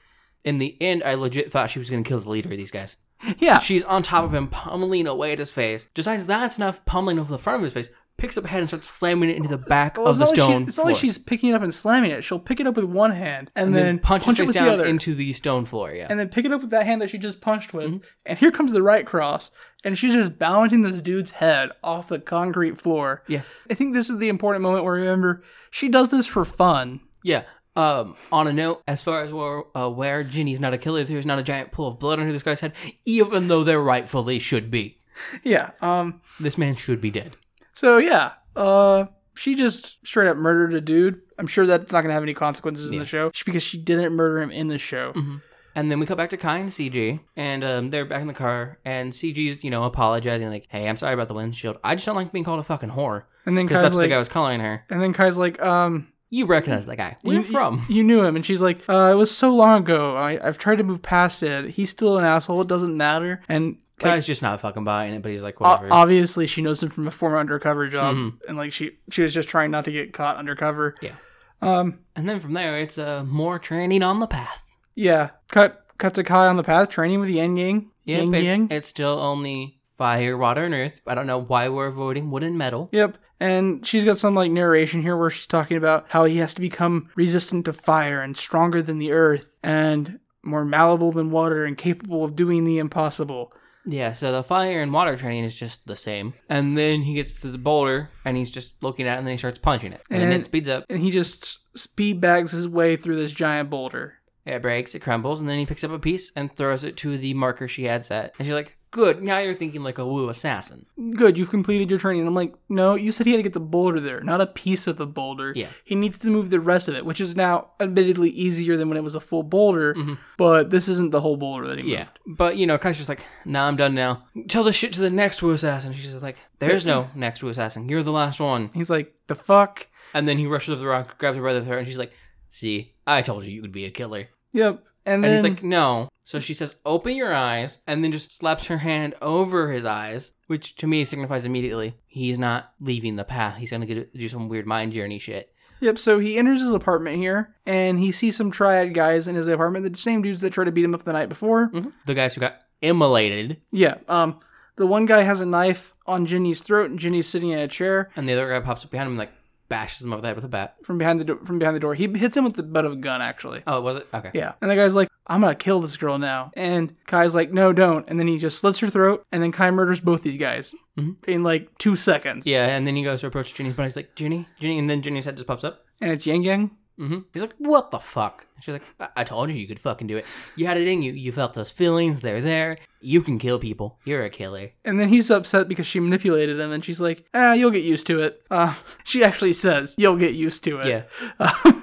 [SPEAKER 2] In the end, I legit thought she was gonna kill the leader of these guys.
[SPEAKER 1] yeah,
[SPEAKER 2] She's on top of him, pummeling away at his face. Decides that's enough pummeling over the front of his face. picks up a head and starts slamming it into the back
[SPEAKER 1] Well,
[SPEAKER 2] of
[SPEAKER 1] it's
[SPEAKER 2] the
[SPEAKER 1] not, like
[SPEAKER 2] stone.
[SPEAKER 1] she, it's not like
[SPEAKER 2] floor.
[SPEAKER 1] she's picking it up and slamming it. She'll pick it up with one hand and,
[SPEAKER 2] and
[SPEAKER 1] then, punch,
[SPEAKER 2] punches
[SPEAKER 1] it
[SPEAKER 2] face
[SPEAKER 1] with the
[SPEAKER 2] down
[SPEAKER 1] other,
[SPEAKER 2] into the stone floor. Yeah,
[SPEAKER 1] and then pick it up with that hand that she just punched with.
[SPEAKER 2] Mm-hmm.
[SPEAKER 1] And here comes the right cross, and she's just balancing this dude's head off the concrete floor.
[SPEAKER 2] yeah,
[SPEAKER 1] I think this is the important moment where remember she does this for fun.
[SPEAKER 2] yeah. Um, on a note, as far as we're aware, Ginny's not a killer. There's not a giant pool of blood under this guy's head, even though there rightfully should be.
[SPEAKER 1] Yeah. Um.
[SPEAKER 2] This man should be dead.
[SPEAKER 1] So yeah. Uh. She just straight up murdered a dude. I'm sure that's not gonna have any consequences in
[SPEAKER 2] Yeah. Mm.
[SPEAKER 1] the show because she didn't murder him in the show.
[SPEAKER 2] And then we come back to Kai and CG, and um, they're back in the car, and CG's, you know, apologizing, like, hey, I'm sorry about the windshield. I just don't like being called a fucking whore.
[SPEAKER 1] And then
[SPEAKER 2] Because that's
[SPEAKER 1] Kai's
[SPEAKER 2] what the
[SPEAKER 1] like,
[SPEAKER 2] guy was calling her.
[SPEAKER 1] and then Kai's like, um,
[SPEAKER 2] You recognize that guy. Where
[SPEAKER 1] you,
[SPEAKER 2] you from?
[SPEAKER 1] You knew him, and she's like, uh, "It was so long ago. I, I've tried to move past it. He's still an asshole. It doesn't matter." And like,
[SPEAKER 2] Kai's just not fucking buying it, but he's like,
[SPEAKER 1] o-
[SPEAKER 2] whatever.
[SPEAKER 1] obviously, she knows him from a former undercover job,
[SPEAKER 2] Mhm.
[SPEAKER 1] and like she she was just trying not to get caught undercover.
[SPEAKER 2] Yeah.
[SPEAKER 1] Um.
[SPEAKER 2] and then from there, it's uh, more training on the path.
[SPEAKER 1] Yeah. Cut cut to Kai on the path training with Yang Yang.
[SPEAKER 2] Yep,
[SPEAKER 1] Yang
[SPEAKER 2] it's,
[SPEAKER 1] Yang.
[SPEAKER 2] it's still only fire, water, and earth. I don't know why we're avoiding wood and metal.
[SPEAKER 1] Yep. And she's got some like narration here where she's talking about how he has to become resistant to fire and stronger than the earth and more malleable than water and capable of doing the impossible.
[SPEAKER 2] Yeah, so the fire and water training is just the same. And then he gets to the boulder, and he's just looking at it, and then he starts punching it. And, then
[SPEAKER 1] And-
[SPEAKER 2] it speeds up.
[SPEAKER 1] And he just speed bags his way through this giant boulder.
[SPEAKER 2] It breaks, it crumbles, and then he picks up a piece and throws it to the marker she had set. And she's like, good, now you're thinking like a woo assassin.
[SPEAKER 1] Good, you've completed your training. I'm like, no, you said he had to get the boulder there, not a piece of the boulder.
[SPEAKER 2] Yeah.
[SPEAKER 1] He needs to move the rest of it, which is now admittedly easier than when it was a full boulder,
[SPEAKER 2] Mhm.
[SPEAKER 1] but this isn't the whole boulder that he
[SPEAKER 2] Yeah.
[SPEAKER 1] moved.
[SPEAKER 2] But, you know, Kai's just like, nah, I'm done now. Tell this shit to the next woo assassin. She's just like, there's no next woo assassin. You're the last one.
[SPEAKER 1] He's like, the fuck?
[SPEAKER 2] And then he rushes over the rock, grabs her by the throat, and she's like, see, I told you you would be a killer.
[SPEAKER 1] Yep. And
[SPEAKER 2] And,
[SPEAKER 1] then
[SPEAKER 2] he's like, no. So she says, open your eyes, and then just slaps her hand over his eyes, which to me signifies immediately he's not leaving the path. He's going to do some weird mind journey shit.
[SPEAKER 1] Yep, so he enters his apartment here and he sees some triad guys in his apartment, the same dudes that tried to beat him up the night before.
[SPEAKER 2] The guys who got immolated,
[SPEAKER 1] Yeah. Um the one guy has a knife on Ginny's throat and Ginny's sitting in a chair
[SPEAKER 2] and the other guy pops up behind him and like bashes him over the head with a bat.
[SPEAKER 1] from behind the do- from behind the door. He hits him with the butt of a gun actually.
[SPEAKER 2] Oh, was it? Okay.
[SPEAKER 1] Yeah. And the guy's like, "I'm going to kill this girl now." And Kai's like, "No, don't." And then he just slits her throat and then Kai murders both these guys
[SPEAKER 2] Mhm.
[SPEAKER 1] in like 2 seconds.
[SPEAKER 2] Yeah, and then he goes to approach Ginny's but he's like, Ginny, Ginny, and then Ginny's head just pops up.
[SPEAKER 1] And it's Yang Yang.
[SPEAKER 2] hmm He's like, what the fuck? And she's like, I-, I told you you could fucking do it. You had it in you. You felt those feelings. They're there. You can kill people. You're a killer.
[SPEAKER 1] And then he's upset because she manipulated him, and she's like, "Ah, you'll get used to it." Uh, she actually says, "You'll get used to it."
[SPEAKER 2] Yeah.
[SPEAKER 1] Yeah.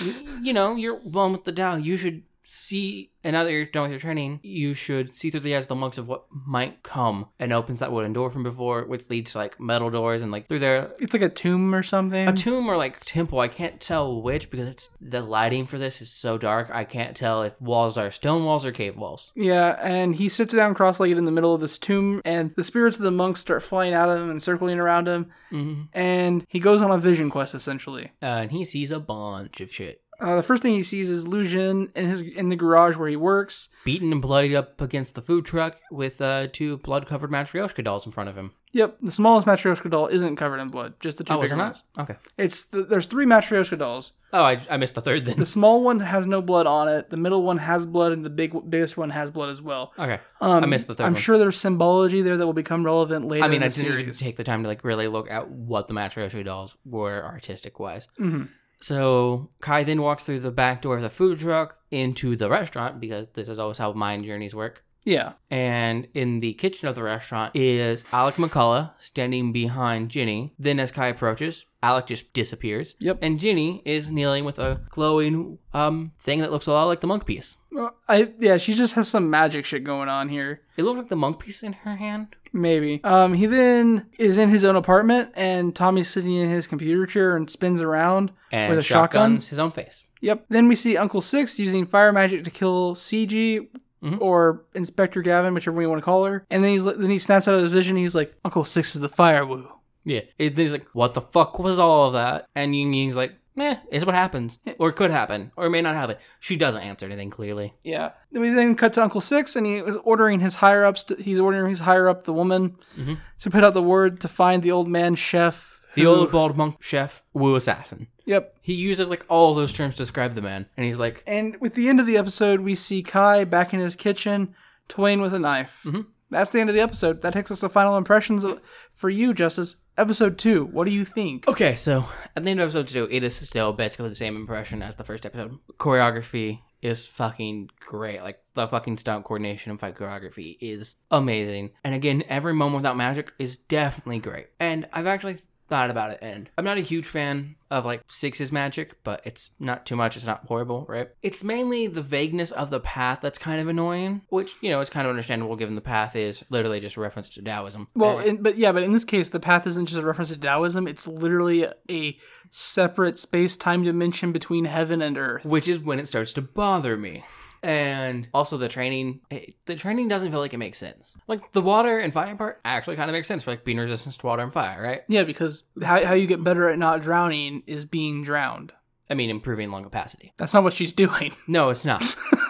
[SPEAKER 2] Y- you know, you're one with the Tao. You should see, and now that you're done with your training, you should see through the eyes of the monks of what might come. And opens that wooden door from before, which leads to like metal doors and like through there.
[SPEAKER 1] It's like a tomb or something.
[SPEAKER 2] A tomb or like temple, I can't tell which because it's the lighting for this is so dark. I can't tell if walls are stone walls or cave walls.
[SPEAKER 1] yeah, and he sits down cross-legged in the middle of this tomb, and the spirits of the monks start flying out of him and circling around him,
[SPEAKER 2] Mm-hmm.
[SPEAKER 1] and he goes on a vision quest essentially.
[SPEAKER 2] Uh, and he sees a bunch of shit.
[SPEAKER 1] Uh, the first thing he sees is Lu Jin in his in the garage where he works.
[SPEAKER 2] beaten and bloodied up against the food truck with uh, two blood covered Matryoshka dolls in front of him.
[SPEAKER 1] Yep, the smallest Matryoshka doll isn't covered in blood, just the two
[SPEAKER 2] Oh, was
[SPEAKER 1] bigger
[SPEAKER 2] it
[SPEAKER 1] ones.
[SPEAKER 2] not? Okay.
[SPEAKER 1] It's the, there's three Matryoshka dolls.
[SPEAKER 2] Oh, I, I missed the third
[SPEAKER 1] The
[SPEAKER 2] then.
[SPEAKER 1] small one has no blood on it. The middle one has blood, and the big biggest one has blood as well.
[SPEAKER 2] Okay.
[SPEAKER 1] Um,
[SPEAKER 2] I missed the third
[SPEAKER 1] I'm
[SPEAKER 2] one.
[SPEAKER 1] sure there's symbology there that will become relevant later.
[SPEAKER 2] I mean,
[SPEAKER 1] in
[SPEAKER 2] I
[SPEAKER 1] the
[SPEAKER 2] didn't
[SPEAKER 1] series.
[SPEAKER 2] take the time to like really look at what the Matryoshka dolls were artistic wise.
[SPEAKER 1] Mhm.
[SPEAKER 2] So Kai then walks through the back door of the food truck into the restaurant because this is always how mind journeys work.
[SPEAKER 1] Yeah,
[SPEAKER 2] And in the kitchen of the restaurant is Alec McCullough standing behind Ginny. Then, as Kai approaches, Alec just disappears.
[SPEAKER 1] Yep.
[SPEAKER 2] And Ginny is kneeling with a glowing um thing that looks a lot like the monk piece.
[SPEAKER 1] Well, I yeah, she just has some magic shit going on here.
[SPEAKER 2] It looked like the monk piece in her hand.
[SPEAKER 1] Maybe. Um, he then is in his own apartment, and Tommy's sitting in his computer chair and spins around.
[SPEAKER 2] And
[SPEAKER 1] With a
[SPEAKER 2] shotguns his own face.
[SPEAKER 1] Yep. Then we see Uncle Six using fire magic to kill CG
[SPEAKER 2] Mhm.
[SPEAKER 1] or Inspector Gavin, whichever one you want to call her. And then he's then he snaps out of his vision. He's like, Uncle Six is the fire woo.
[SPEAKER 2] Yeah. And then he's like, what the fuck was all of that? And Ying Ying's like, meh, it's what happens. Or it could happen. Or it may not happen. She doesn't answer anything clearly.
[SPEAKER 1] Yeah. Then we then cut to Uncle Six, and he was ordering his higher ups. To, he's ordering his higher up, the woman,
[SPEAKER 2] Mhm.
[SPEAKER 1] to put out the word to find the old man chef
[SPEAKER 2] The old bald monk chef, Wu Assassin.
[SPEAKER 1] Yep.
[SPEAKER 2] He uses like all those terms to describe the man, and he's like,
[SPEAKER 1] And with the end of the episode, we see Kai back in his kitchen, Twain with a knife.
[SPEAKER 2] Mhm.
[SPEAKER 1] That's the end of the episode. That takes us to final impressions of, for you, Justice. Episode two. What do you think?
[SPEAKER 2] okay, so at the end of episode two, it is still basically the same impression as the first episode. Choreography is fucking great. Like the fucking stunt coordination and fight choreography is amazing. And again, every moment without magic is definitely great. And I've actually thought about it, and I'm not a huge fan of like six's magic, but it's not too much. It's not horrible, right? It's mainly the vagueness of the path that's kind of annoying, which you know is kind of understandable given the path is literally just a reference to Taoism.
[SPEAKER 1] Well,
[SPEAKER 2] And-
[SPEAKER 1] in, but yeah, but in this case, the path isn't just a reference to Taoism. It's literally a separate space-time dimension between heaven and earth.
[SPEAKER 2] which is when it starts to bother me. And also the training, it, the training doesn't feel like it makes sense. Like the water and fire part actually kind of makes sense for like being resistant to water and fire, right?
[SPEAKER 1] Yeah, because how, how you get better at not drowning is being drowned.
[SPEAKER 2] I mean, improving lung capacity.
[SPEAKER 1] That's not what she's doing.
[SPEAKER 2] No, it's not.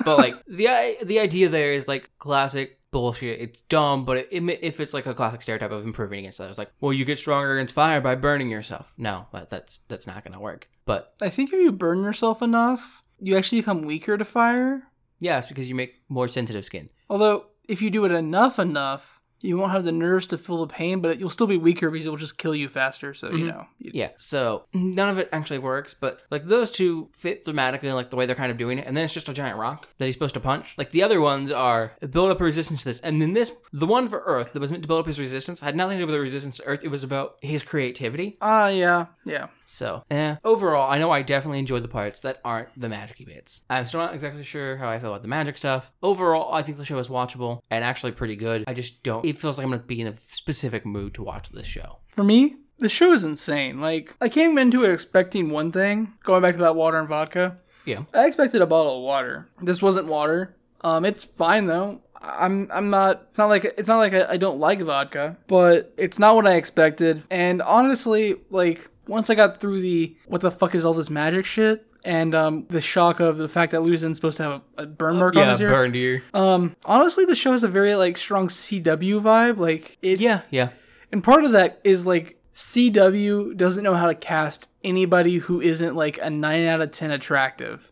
[SPEAKER 2] but like the i- the idea there is like classic bullshit. It's dumb, but it, it, if it's like a classic stereotype of improving against others, like well, you get stronger against fire by burning yourself. No, that, that's that's not gonna work. But
[SPEAKER 1] I think if you burn yourself enough, you actually become weaker to fire.
[SPEAKER 2] yeah, it's because you make more sensitive skin.
[SPEAKER 1] Although, if you do it enough, enough, you won't have the nerves to feel the pain, but you'll still be weaker because it will just kill you faster. So you
[SPEAKER 2] Mhm.
[SPEAKER 1] know, you-
[SPEAKER 2] Yeah, so none of it actually works, but like those two fit thematically, like the way they're kind of doing it, and then it's just a giant rock that he's supposed to punch. Like the other ones are build up a resistance to this, and then this, the one for Earth that was meant to build up his resistance, had nothing to do with the resistance to Earth. It was about his creativity.
[SPEAKER 1] ah, yeah, yeah.
[SPEAKER 2] So, eh. Overall, I know I definitely enjoyed the parts that aren't the magic bits. I'm still not exactly sure how I feel about the magic stuff. Overall, I think the show is watchable and actually pretty good. I just don't. It feels like I'm going to be in a specific mood to watch this show.
[SPEAKER 1] For me, the show is insane. Like, I came into it expecting one thing. Going back to that water and vodka,
[SPEAKER 2] Yeah.
[SPEAKER 1] I expected a bottle of water. This wasn't water. Um, it's fine though. I'm I'm not. It's not like it's not like I, I don't like vodka, but it's not what I expected. And honestly, like once I got through the what the fuck is all this magic shit, and um the shock of the fact that Luzin's supposed to have a, a burn mark on
[SPEAKER 2] Yeah,
[SPEAKER 1] his ear.
[SPEAKER 2] burned ear.
[SPEAKER 1] Um, honestly, the show has a very like strong CW vibe. Like it,
[SPEAKER 2] Yeah, yeah.
[SPEAKER 1] and part of that is like CW doesn't know how to cast anybody who isn't like a nine out of ten attractive.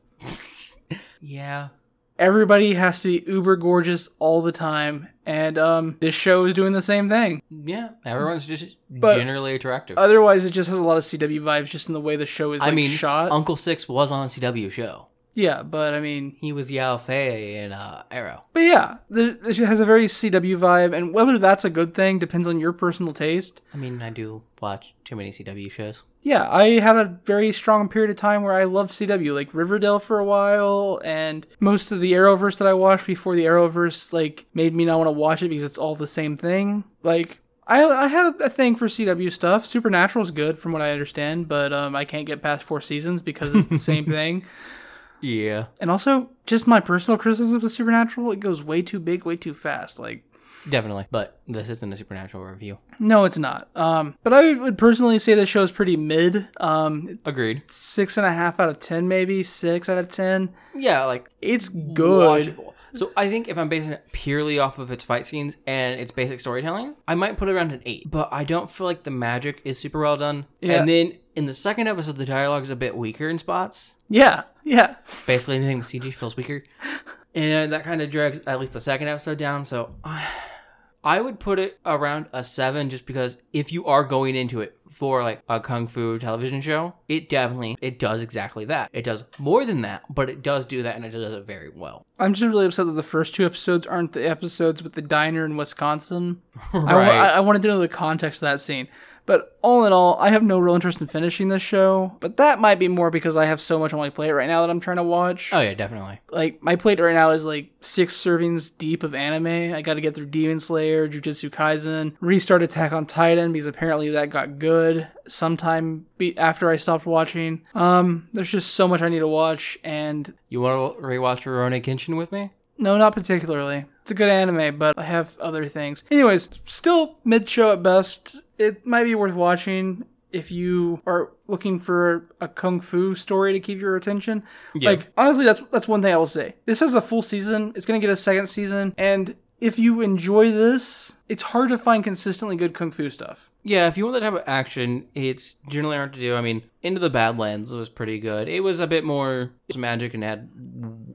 [SPEAKER 2] Yeah.
[SPEAKER 1] everybody has to be uber gorgeous all the time and um this show is doing the same thing
[SPEAKER 2] Yeah. Everyone's just
[SPEAKER 1] But-
[SPEAKER 2] generally attractive.
[SPEAKER 1] otherwise it just has a lot of cw vibes just in the way the show is
[SPEAKER 2] I
[SPEAKER 1] like,
[SPEAKER 2] mean, um,
[SPEAKER 1] shot
[SPEAKER 2] Uncle Six was on a CW show.
[SPEAKER 1] yeah but i mean
[SPEAKER 2] He was Yao Fei in uh, Arrow.
[SPEAKER 1] but yeah the, it has a very cw vibe and whether that's a good thing depends on your personal taste
[SPEAKER 2] I mean, I do watch too many CW shows.
[SPEAKER 1] yeah i had a very strong period of time where i loved cw like riverdale for a while and most of the arrowverse that i watched before the arrowverse like made me not want to watch it because it's all the same thing like i, I had a thing for cw stuff supernatural's good from what i understand but um, i can't get past four seasons because it's the same thing
[SPEAKER 2] Yeah.
[SPEAKER 1] and also just my personal criticism of supernatural it goes way too big way too fast like
[SPEAKER 2] Definitely. But this isn't a supernatural review.
[SPEAKER 1] no it's not um, but i would personally say the show is pretty mid um,
[SPEAKER 2] Agreed.
[SPEAKER 1] six and a half out of ten, maybe six out of ten.
[SPEAKER 2] Yeah, like
[SPEAKER 1] It's good.
[SPEAKER 2] watchable. So I think if I'm basing it purely off of its fight scenes and its basic storytelling, I might put it around an eight. But I don't feel like the magic is super well done.
[SPEAKER 1] Yeah.
[SPEAKER 2] And then in the second episode, the dialogue is a bit weaker in spots.
[SPEAKER 1] Yeah, yeah,
[SPEAKER 2] basically anything with CG feels weaker, and that kind of drags at least the second episode down. So uh, I would put it around a seven, just because if you are going into it for like a kung fu television show, it definitely it does exactly that. It does more than that, but it does do that, and it does it very well.
[SPEAKER 1] I'm just really upset that the first two episodes aren't the episodes with the diner in Wisconsin. I, wa-
[SPEAKER 2] Right.
[SPEAKER 1] I, I wanted to know the context of that scene. But all in all, I have no real interest in finishing this show. But that might be more because I have so much on my plate right now that I'm trying to watch.
[SPEAKER 2] Oh yeah, definitely.
[SPEAKER 1] Like my plate right now is like six servings deep of anime. I got to get through Demon Slayer, Jujutsu Kaisen, restart Attack on Titan because apparently that got good sometime be- after I stopped watching. Um, there's just so much I need to watch, and
[SPEAKER 2] You want to rewatch Rurouni Kenshin with me?
[SPEAKER 1] no, not particularly. It's a good anime, but I have other things. Anyways, still mid show at best. It might be worth watching if you are looking for a kung fu story to keep your attention.
[SPEAKER 2] Yeah.
[SPEAKER 1] Like honestly, that's that's one thing I will say. This is a full season. It's gonna get a second season, and if you enjoy this, it's hard to find consistently good kung fu stuff.
[SPEAKER 2] Yeah, if you want that type of action, it's generally hard to do. I mean, Into the Badlands was pretty good. It was a bit more it was magic and had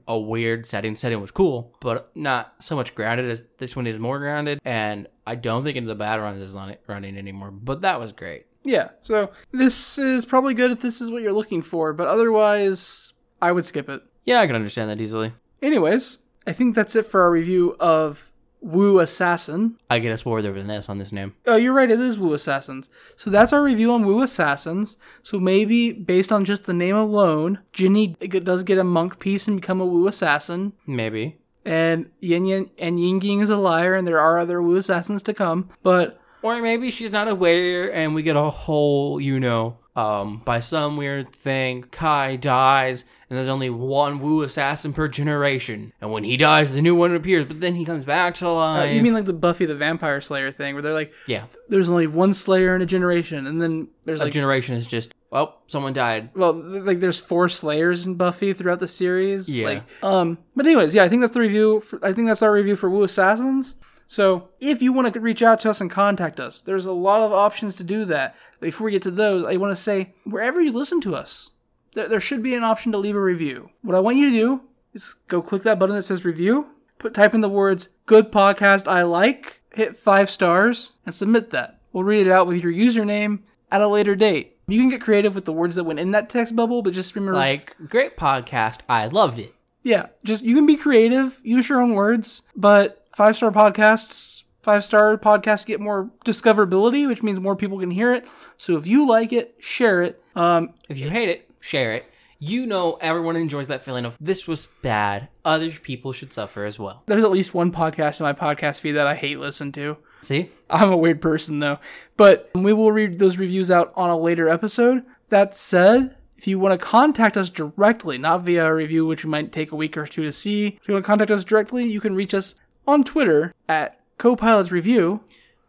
[SPEAKER 2] a weird setting. Setting was cool, but not so much grounded as this one is more grounded. And I don't think Into the Badlands is on it- running anymore, but that was great.
[SPEAKER 1] Yeah, so this is probably good if this is what you're looking for, but otherwise, I would skip it.
[SPEAKER 2] Yeah, I can understand that easily.
[SPEAKER 1] Anyways, I think that's it for our review of Wu Assassin.
[SPEAKER 2] I get a spoiler there with an S on this name.
[SPEAKER 1] Oh, you're right. It is Woo Assassins. So that's our review on Woo Assassins. So maybe based on just the name alone, Jinny does get a monk piece and become a Woo Assassin.
[SPEAKER 2] Maybe.
[SPEAKER 1] And Yin Yin and Ying Ying is a liar, and there are other Woo Assassins to come. But
[SPEAKER 2] Or maybe she's not aware and we get a whole, you know, um, by some weird thing, Kai dies and there's only one Wu assassin per generation. And when he dies, the new one appears, but then he comes back to
[SPEAKER 1] uh,
[SPEAKER 2] life.
[SPEAKER 1] you mean like the Buffy the Vampire Slayer thing, where they're like,
[SPEAKER 2] yeah,
[SPEAKER 1] there's only one Slayer in a generation, and then there's
[SPEAKER 2] a
[SPEAKER 1] like,
[SPEAKER 2] generation is just, well, someone died.
[SPEAKER 1] well, th- like there's four Slayers in Buffy throughout the series.
[SPEAKER 2] Yeah.
[SPEAKER 1] Like, um. But anyways, yeah, I think that's the review. For, I think that's our review for Woo Assassins. So if you want to reach out to us and contact us, there's a lot of options to do that. Before we get to those, I want to say wherever you listen to us, there, there should be an option to leave a review. What I want you to do is go click that button that says review, put type in the words "good podcast I like," hit five stars, and submit that. We'll read it out with your username at a later date. You can get creative with the words that went in that text bubble, but just remember
[SPEAKER 2] Like, great podcast. I loved it.
[SPEAKER 1] yeah, just you can be creative, use your own words, but five star podcasts, five star podcasts get more discoverability, which means more people can hear it. So if you like it, share it. Um,
[SPEAKER 2] If you hate it, share it. You know, everyone enjoys that feeling of this was bad. Other people should suffer as well.
[SPEAKER 1] there's at least one podcast in my podcast feed that I hate listen to.
[SPEAKER 2] See?
[SPEAKER 1] I'm a weird person though, but we will read those reviews out on a later episode. That said, if you want to contact us directly, not via a review, which might take a week or two to see, if you want to contact us directly, you can reach us on Twitter at Copilots Review,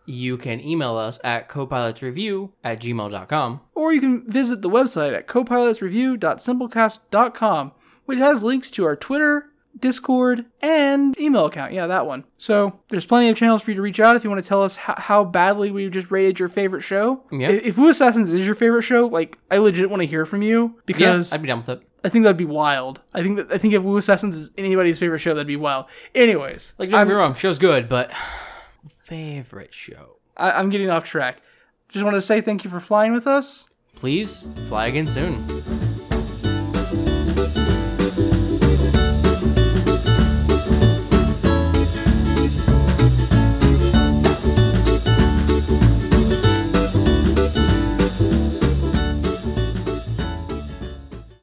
[SPEAKER 2] You can email us at copilotsreview at gmail.com.
[SPEAKER 1] or you can visit the website at copilotsreview.simplecast.com, which has links to our Twitter, Discord, and email account. Yeah, that one. So there's plenty of channels for you to reach out if you want to tell us how, how badly we just rated your favorite show.
[SPEAKER 2] Yeah.
[SPEAKER 1] If, if Woo Assassins is your favorite show, like I legit want to hear from you
[SPEAKER 2] Yeah,
[SPEAKER 1] because
[SPEAKER 2] I'd be down with it.
[SPEAKER 1] I think that'd be wild. I think that I think if Woo Assassins is anybody's favorite show, that'd be wild. Anyways,
[SPEAKER 2] Like, don't get me wrong, show's good, but favorite show.
[SPEAKER 1] I, I'm getting off track. Just want to say thank you for flying with us.
[SPEAKER 2] Please fly again soon.